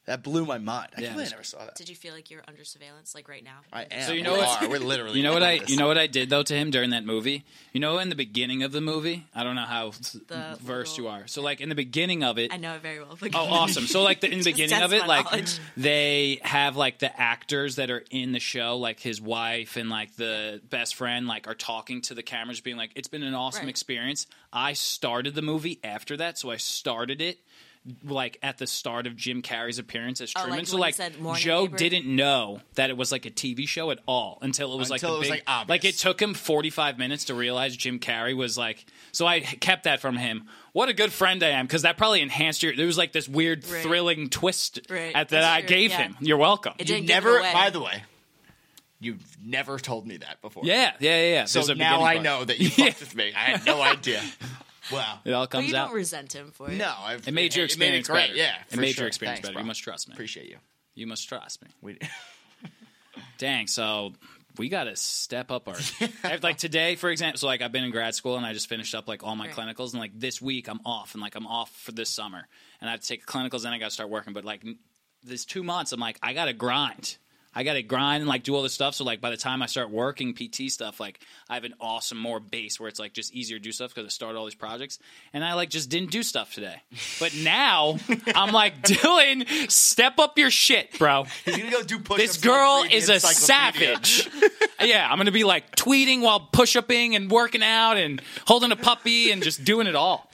Speaker 2: That blew my mind. I
Speaker 1: Yeah.
Speaker 2: completely never saw that.
Speaker 3: Did you feel like you're under surveillance, like right now?
Speaker 2: I am.
Speaker 1: So you
Speaker 2: We
Speaker 1: know what's-
Speaker 2: are. We're literally.
Speaker 1: You know what
Speaker 2: on
Speaker 1: I?
Speaker 2: this.
Speaker 1: You know what I did though to him during that movie. You know, in the beginning of the movie, I don't know how
Speaker 3: The
Speaker 1: versed
Speaker 3: little-
Speaker 1: you are. So like in the beginning of it,
Speaker 3: I know it very well. but-
Speaker 1: Oh, awesome! So, like the, in the
Speaker 3: Just
Speaker 1: beginning of
Speaker 3: test
Speaker 1: it,
Speaker 3: my
Speaker 1: like
Speaker 3: knowledge.
Speaker 1: they have like the actors that are in the show, like his wife and like the best friend, like are talking to the cameras, being like, "It's been an awesome
Speaker 3: Right.
Speaker 1: experience." I started the movie after that, so I started it like at the start of Jim Carrey's appearance as
Speaker 3: Oh,
Speaker 1: Truman.
Speaker 3: like
Speaker 1: so
Speaker 3: when he
Speaker 1: like
Speaker 3: said morning
Speaker 1: Joe
Speaker 3: neighbor?
Speaker 1: didn't know that it was like a TV show at all until it was like
Speaker 2: Until
Speaker 1: the
Speaker 2: it was,
Speaker 1: big-
Speaker 2: like, obvious.
Speaker 1: like it took him 45 minutes to realize Jim Carrey was like. So I kept that from him. What a good friend I am, because that probably enhanced your. There was like this weird,
Speaker 3: Right.
Speaker 1: thrilling twist
Speaker 3: Right.
Speaker 1: at, that
Speaker 3: That's
Speaker 1: I
Speaker 3: true,
Speaker 1: gave
Speaker 3: yeah.
Speaker 1: him. You're welcome.
Speaker 3: It
Speaker 2: You
Speaker 3: didn't give
Speaker 2: never.
Speaker 3: it away.
Speaker 2: By the way, you've never told me that before.
Speaker 1: yeah, yeah, yeah. yeah.
Speaker 2: So
Speaker 1: There's a
Speaker 2: now
Speaker 1: beginning
Speaker 2: I
Speaker 1: part.
Speaker 2: know that you fucked with me. I had no idea. Wow.
Speaker 1: It all
Speaker 3: But
Speaker 1: comes
Speaker 3: you
Speaker 1: out.
Speaker 3: don't resent him for it.
Speaker 2: No, I've,
Speaker 1: it made your
Speaker 2: it made it
Speaker 1: experience
Speaker 2: great.
Speaker 1: better.
Speaker 2: Yeah,
Speaker 1: it
Speaker 2: for
Speaker 1: made
Speaker 2: sure.
Speaker 1: your experience
Speaker 2: Thanks,
Speaker 1: better.
Speaker 2: bro.
Speaker 1: You must trust me.
Speaker 2: Appreciate you.
Speaker 1: You must trust me.
Speaker 2: We,
Speaker 1: Dang, so we got to step up our I- like today, for example. So like I've been in grad school and I just finished up like all my
Speaker 3: Right.
Speaker 1: clinicals, and like this week I'm off, and like I'm off for this summer, and I have to take clinicals, and I got to start working. But like n- this two months, I'm like I got to grind. I got to grind and like do all this stuff. So like by the time I start working PT stuff, like I have an awesome more base where it's like just easier to do stuff because I started all these projects and I like just didn't do stuff today. But now I'm like Dylan, step up your shit, bro
Speaker 2: he's gonna go do push.
Speaker 1: this girl is a savage. yeah, I'm gonna be like tweeting while push upping and working out and holding a puppy and just doing it all.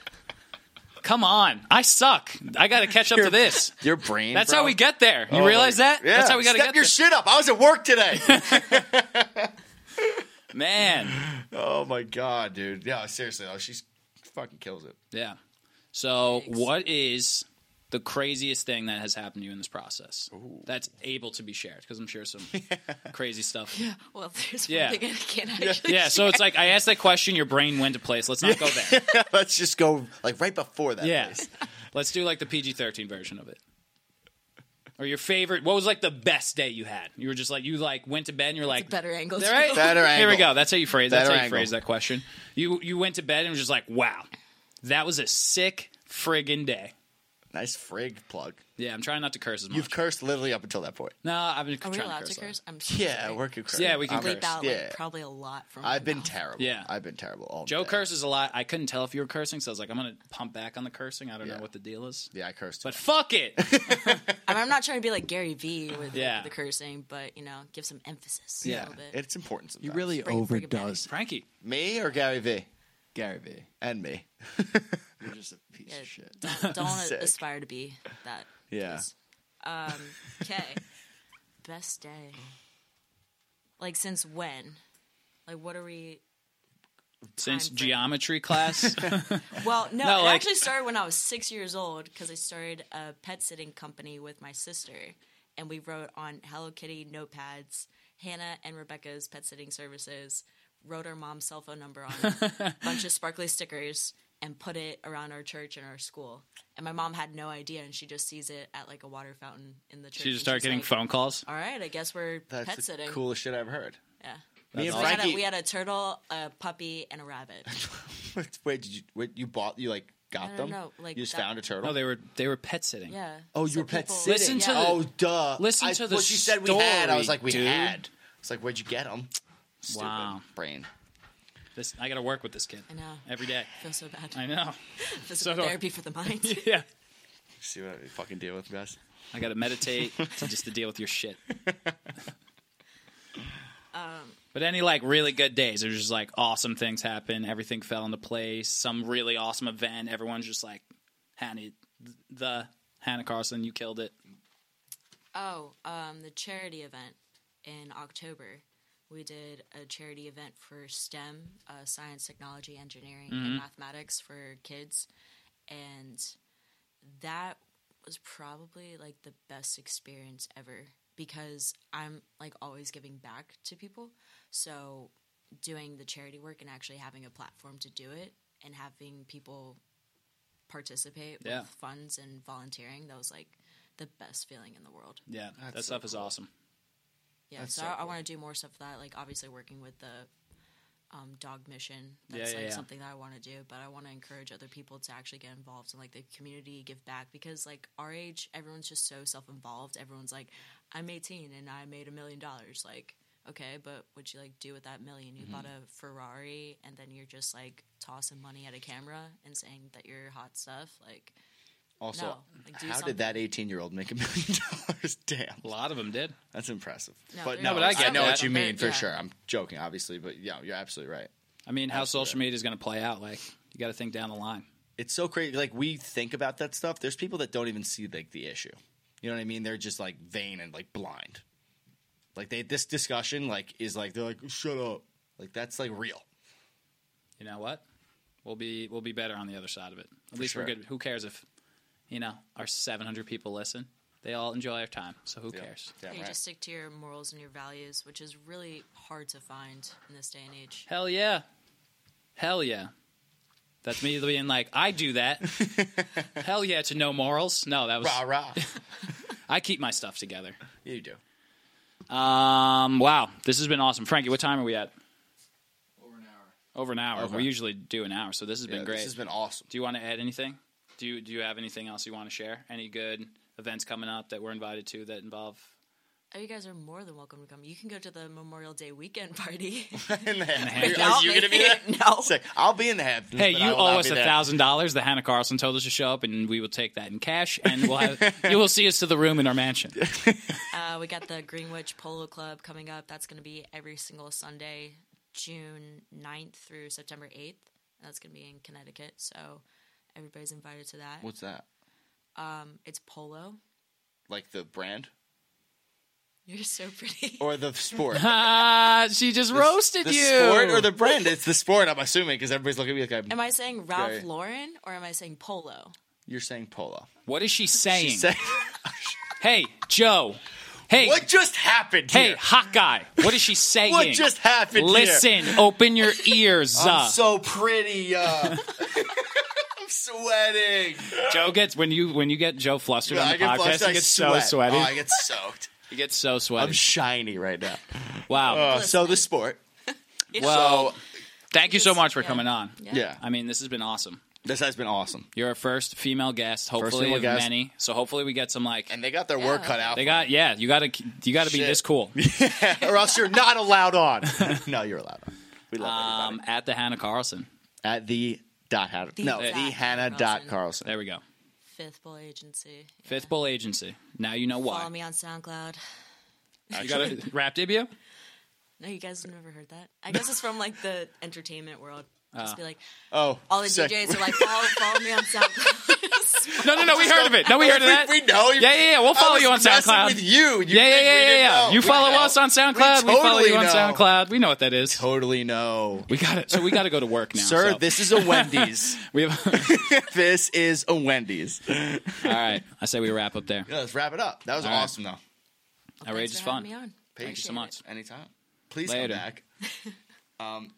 Speaker 1: Come on, I suck. I gotta catch up to this.
Speaker 2: Your brain.
Speaker 1: That's
Speaker 2: bro. Oh,
Speaker 1: how we get there. You realize that?
Speaker 2: Yeah.
Speaker 1: That's how we gotta
Speaker 2: Step
Speaker 1: get
Speaker 2: your
Speaker 1: there.
Speaker 2: shit up. I was at work today.
Speaker 1: Man,
Speaker 2: oh my god, dude. Yeah, seriously though, she's fucking kills it.
Speaker 1: yeah. So, what is the craziest thing that has happened to you in this process that's able to be shared? Because I'm sure some crazy stuff. Yeah.
Speaker 3: Well, there's
Speaker 1: Yeah.
Speaker 3: one thing I can't actually.
Speaker 1: So it's like I asked that question. Your brain went to place. Let's not go there.
Speaker 2: Let's just go like right before that.
Speaker 1: Yeah.
Speaker 2: place.
Speaker 1: Let's do like the PG 13 version of it. Or your favorite, what was like the best day you had? You were just like, you like went to bed and you're like,
Speaker 3: better angle.
Speaker 1: all right,
Speaker 2: Better
Speaker 1: Here we
Speaker 2: angle.
Speaker 1: go. That's how you phrase. That's
Speaker 2: Better
Speaker 1: how you
Speaker 2: angle.
Speaker 1: phrase that question. You you went to bed and was just like, wow, that was a sick friggin' day.
Speaker 2: Nice frig plug.
Speaker 1: Yeah, I'm trying not to curse as much.
Speaker 2: You've cursed literally up until that point.
Speaker 1: no, I've been
Speaker 3: Are
Speaker 1: trying
Speaker 3: we allowed
Speaker 1: to curse. a
Speaker 3: to
Speaker 1: lot.
Speaker 3: curse? I'm so
Speaker 2: Yeah,
Speaker 3: sorry.
Speaker 2: we're good curse.
Speaker 1: Yeah, we can
Speaker 2: I'm-
Speaker 1: curse.
Speaker 3: Bleep out
Speaker 2: Yeah.
Speaker 3: like probably a lot from.
Speaker 2: I've
Speaker 3: my
Speaker 2: been
Speaker 3: mouth.
Speaker 2: terrible.
Speaker 1: Yeah.
Speaker 2: I've been terrible all
Speaker 1: Joe
Speaker 2: day.
Speaker 1: curses a lot. I couldn't tell if you were cursing, so I was like, I'm gonna pump back on the cursing. I don't
Speaker 2: Yeah.
Speaker 1: know what the deal is,
Speaker 2: Yeah, I cursed.
Speaker 1: but fuck it.
Speaker 3: And I'm not trying to be like Gary Vee with like,
Speaker 1: Yeah.
Speaker 3: the cursing, but you know, give some emphasis.
Speaker 2: yeah,
Speaker 3: a little bit.
Speaker 2: it's important sometimes.
Speaker 4: He really
Speaker 3: Bring- bring it back.
Speaker 4: overdoes
Speaker 1: Frankie,
Speaker 2: me or Gary V?
Speaker 4: Gary Vee.
Speaker 2: And me.
Speaker 4: You're just a piece
Speaker 3: Yeah.
Speaker 4: of shit.
Speaker 3: Don't, don't
Speaker 2: Sick.
Speaker 3: aspire to be that. Um,
Speaker 2: Yeah.
Speaker 3: Okay. Best day. Like since when? Like what are we?
Speaker 1: since
Speaker 3: frame.
Speaker 1: geometry class.
Speaker 3: Well, no,
Speaker 1: No,
Speaker 3: it
Speaker 1: like-
Speaker 3: actually started when I was six years old because I started a pet sitting company with my sister, and we wrote on Hello Kitty notepads. Hannah and Rebecca's pet sitting services wrote our mom's cell phone number on a bunch of sparkly stickers and put it around our church and our school. And my mom had no idea, and she just sees it at like a water fountain in the church.
Speaker 1: She
Speaker 3: and
Speaker 1: just started
Speaker 3: she's
Speaker 1: getting
Speaker 3: like,
Speaker 1: phone calls.
Speaker 3: All right, I guess we're
Speaker 2: That's
Speaker 3: pet
Speaker 2: the
Speaker 3: sitting.
Speaker 2: coolest shit I've heard.
Speaker 3: Yeah.
Speaker 2: Me and
Speaker 3: We had,
Speaker 2: Frankie.
Speaker 3: a, we had a turtle, a puppy, and a rabbit.
Speaker 2: Wait, did you? Wait, you bought? You like got
Speaker 3: No, no,
Speaker 2: them?
Speaker 3: no, like
Speaker 2: you just
Speaker 3: that-
Speaker 2: found a turtle.
Speaker 1: No, they were they were pet sitting.
Speaker 3: Yeah.
Speaker 2: oh,
Speaker 3: So
Speaker 2: you were pet
Speaker 3: people-
Speaker 2: sitting.
Speaker 1: Listen to
Speaker 3: Yeah.
Speaker 1: the-
Speaker 2: oh, duh.
Speaker 1: listen
Speaker 2: I,
Speaker 1: to the
Speaker 2: well, she said we had. I was
Speaker 1: story,
Speaker 2: like, we
Speaker 1: dude.
Speaker 2: had. It's like, where'd you get them? Stupid
Speaker 1: Wow.
Speaker 2: brain.
Speaker 1: This I got to work with this kid.
Speaker 3: I know.
Speaker 1: Every day.
Speaker 3: I feel so bad.
Speaker 1: I know.
Speaker 3: Physical
Speaker 1: So do I.
Speaker 3: therapy for the mind.
Speaker 1: yeah.
Speaker 2: See what I fucking deal with, guys.
Speaker 1: I got to meditate to just to deal with your shit.
Speaker 3: Um,
Speaker 1: but any like really good days, there's just like awesome things happen. Everything fell into place. Some really awesome event. Everyone's just like, Hannah, the Hannah Carlson, you killed it.
Speaker 3: oh, um, the charity event in October We did a charity event for STEM, uh, science, technology, engineering, and mathematics for kids. And that was probably like the best experience ever because I'm like always giving back to people. So doing the charity work and actually having a platform to do it and having people participate
Speaker 1: Yeah.
Speaker 3: with funds and volunteering, that was like the best feeling in the world.
Speaker 1: Yeah,
Speaker 2: That's
Speaker 1: that
Speaker 2: so
Speaker 1: stuff is awesome.
Speaker 3: Yeah,
Speaker 2: That's
Speaker 3: so,
Speaker 2: so
Speaker 3: I,
Speaker 2: cool.
Speaker 3: I want to do more stuff like that. Like obviously working with the um, dog mission.
Speaker 1: Yeah,
Speaker 3: That's
Speaker 1: yeah,
Speaker 3: like
Speaker 1: yeah.
Speaker 3: something that I want to do, but I want to encourage other people to actually get involved in like the community, give back because like our age, everyone's just so self-involved. Everyone's like, I'm 18 and I made a million dollars. Like, okay, but what'd you like do with that million? You bought
Speaker 2: Mm-hmm.
Speaker 3: a Ferrari and then you're just like tossing money at a camera and saying that you're hot stuff. Like,
Speaker 2: Also,
Speaker 3: No, like, do
Speaker 2: how
Speaker 3: something.
Speaker 2: did that 18 year old make a million dollars? Damn.
Speaker 1: A lot of them did.
Speaker 2: That's impressive.
Speaker 3: No,
Speaker 2: but
Speaker 3: they're-
Speaker 2: no,
Speaker 1: No, but I
Speaker 2: I,
Speaker 1: get
Speaker 2: know what
Speaker 1: that.
Speaker 2: you mean for
Speaker 3: Yeah.
Speaker 2: sure. I'm joking, obviously, but yeah, you're absolutely right.
Speaker 1: I mean, how social
Speaker 2: Absolutely.
Speaker 1: media is going to play out? Like, you got to think down the line.
Speaker 2: It's so crazy. Like we think about that stuff. There's people that don't even see like the issue. You know what I mean? They're just like vain and like blind. Like they this discussion like is like they're like shut up. Like that's like real.
Speaker 1: You know what? We'll be we'll be better on the other side of it. At least we're
Speaker 2: sure.
Speaker 1: good. Who cares if you know our 700 people listen? They all enjoy our time, so who cares?
Speaker 2: Yeah,
Speaker 3: you
Speaker 2: right.
Speaker 3: just stick to your morals and your values, which is really hard to find in this day and age.
Speaker 1: Hell yeah, hell yeah. That's me being like, I do that. hell yeah to no morals. No, that was
Speaker 2: rah rah.
Speaker 1: I keep my stuff together.
Speaker 2: you do.
Speaker 1: Um, wow, this has been awesome, Frankie. What time are we at?
Speaker 4: Over an hour.
Speaker 1: Over an hour.
Speaker 2: Okay.
Speaker 1: We usually do an hour, so this has
Speaker 2: Yeah,
Speaker 1: been great.
Speaker 2: This has been awesome.
Speaker 1: Do you want to add anything? Do you, do you have anything else you want to share? Any good events coming up that we're invited to that involve?
Speaker 3: Oh, you guys are more than welcome to come. You can go to the Memorial Day weekend party.
Speaker 2: in the
Speaker 1: hand.
Speaker 2: Are you gonna be there?
Speaker 3: No.
Speaker 2: It's like, I'll be in the half.
Speaker 1: Hey, you owe us a thousand dollars. The Hannah Carlson told us to show up, and we will take that in cash, and we'll have you will see us to the room in our mansion.
Speaker 3: Uh, we got the Greenwich Polo Club coming up. That's going to be every single Sunday, June 9th through September 8th. That's going to be in Connecticut. So everybody's invited to that.
Speaker 2: What's that?
Speaker 3: Um, it's polo.
Speaker 2: Like the brand
Speaker 3: You're so pretty.
Speaker 2: or the sport?
Speaker 1: Ah, she just roasted
Speaker 2: the
Speaker 1: you.
Speaker 2: sport or the brand? It's the sport. I'm assuming because everybody's looking at me like I'm,
Speaker 3: Am I saying Ralph
Speaker 2: Okay.
Speaker 3: Lauren or am I saying polo?
Speaker 2: you're saying polo.
Speaker 1: what is she saying?
Speaker 2: Say-
Speaker 1: hey, Joe. Hey,
Speaker 2: what just happened?
Speaker 1: hey,
Speaker 2: here?
Speaker 1: hot guy. What is she saying?
Speaker 2: what just happened? Here?
Speaker 1: Listen, open your ears.
Speaker 2: I'm so pretty. Uh, I'm sweating.
Speaker 1: Joe gets when you when you get Joe flustered on
Speaker 2: I
Speaker 1: the
Speaker 2: get
Speaker 1: podcast,
Speaker 2: flushed, I
Speaker 1: he gets so
Speaker 2: sweat.
Speaker 1: sweaty.
Speaker 2: Oh, I get soaked.
Speaker 1: He gets so sweaty.
Speaker 2: I'm shiny right now.
Speaker 1: wow.
Speaker 2: Uh, so the sport.
Speaker 1: well,
Speaker 2: So
Speaker 1: thank you so
Speaker 3: Yes,
Speaker 1: much for
Speaker 3: yeah.
Speaker 1: coming on.
Speaker 2: yeah,
Speaker 1: I mean, this has been awesome.
Speaker 2: this has been awesome.
Speaker 1: You're our first female guest, hopefully
Speaker 2: female
Speaker 1: of
Speaker 2: guest.
Speaker 1: many. So hopefully we get some like
Speaker 2: And they got their work
Speaker 3: Yeah.
Speaker 2: cut out,
Speaker 1: they got yeah. You gotta you gotta be
Speaker 2: Shit.
Speaker 1: this cool.
Speaker 2: or else you're not allowed on. no, you're allowed on. We love everybody.
Speaker 1: Um, at the Hannah Carlson.
Speaker 2: at the dot Hannah. No, the
Speaker 3: dot
Speaker 2: Hannah dot
Speaker 3: Carlson.
Speaker 2: Carlson.
Speaker 1: There we go.
Speaker 3: Fifth Bull Agency.
Speaker 1: Fifth Bull Agency. Now you know
Speaker 3: Follow
Speaker 1: why.
Speaker 3: me on SoundCloud.
Speaker 1: You got a rap debut.
Speaker 3: No, you guys have never heard that. I guess it's from like the entertainment world. Just be like,
Speaker 2: Oh,
Speaker 3: all the
Speaker 2: sick.
Speaker 3: DJs are like, follow, follow me on SoundCloud.
Speaker 1: No, no, no. We heard of it. No, we heard of that.
Speaker 2: We, we know. you-
Speaker 1: Yeah, yeah, yeah. We'll
Speaker 2: I
Speaker 1: follow
Speaker 2: was
Speaker 1: you on
Speaker 2: messing
Speaker 1: SoundCloud.
Speaker 2: With you. You
Speaker 1: yeah, yeah,
Speaker 2: think we
Speaker 1: yeah, yeah,
Speaker 2: didn't
Speaker 1: yeah.
Speaker 2: know.
Speaker 1: You
Speaker 2: We
Speaker 1: follow
Speaker 2: know.
Speaker 1: us on SoundCloud. We, follow
Speaker 2: totally
Speaker 1: you on
Speaker 2: know.
Speaker 1: SoundCloud. We know what that is.
Speaker 2: Totally know,
Speaker 1: We got it. So we got to go to work now,
Speaker 2: sir.
Speaker 1: so.
Speaker 2: This is a Wendy's.
Speaker 1: we have.
Speaker 2: this is a Wendy's. Yeah,
Speaker 1: all right. I say we wrap up there.
Speaker 2: let's wrap it up. That was
Speaker 1: All right.
Speaker 2: awesome, though.
Speaker 1: Outrageous
Speaker 3: Thanks for having
Speaker 1: fun.
Speaker 3: Me on.
Speaker 1: Thank you so
Speaker 3: Appreciate it.
Speaker 1: much.
Speaker 2: Anytime. Please
Speaker 1: Later.
Speaker 2: come back. um,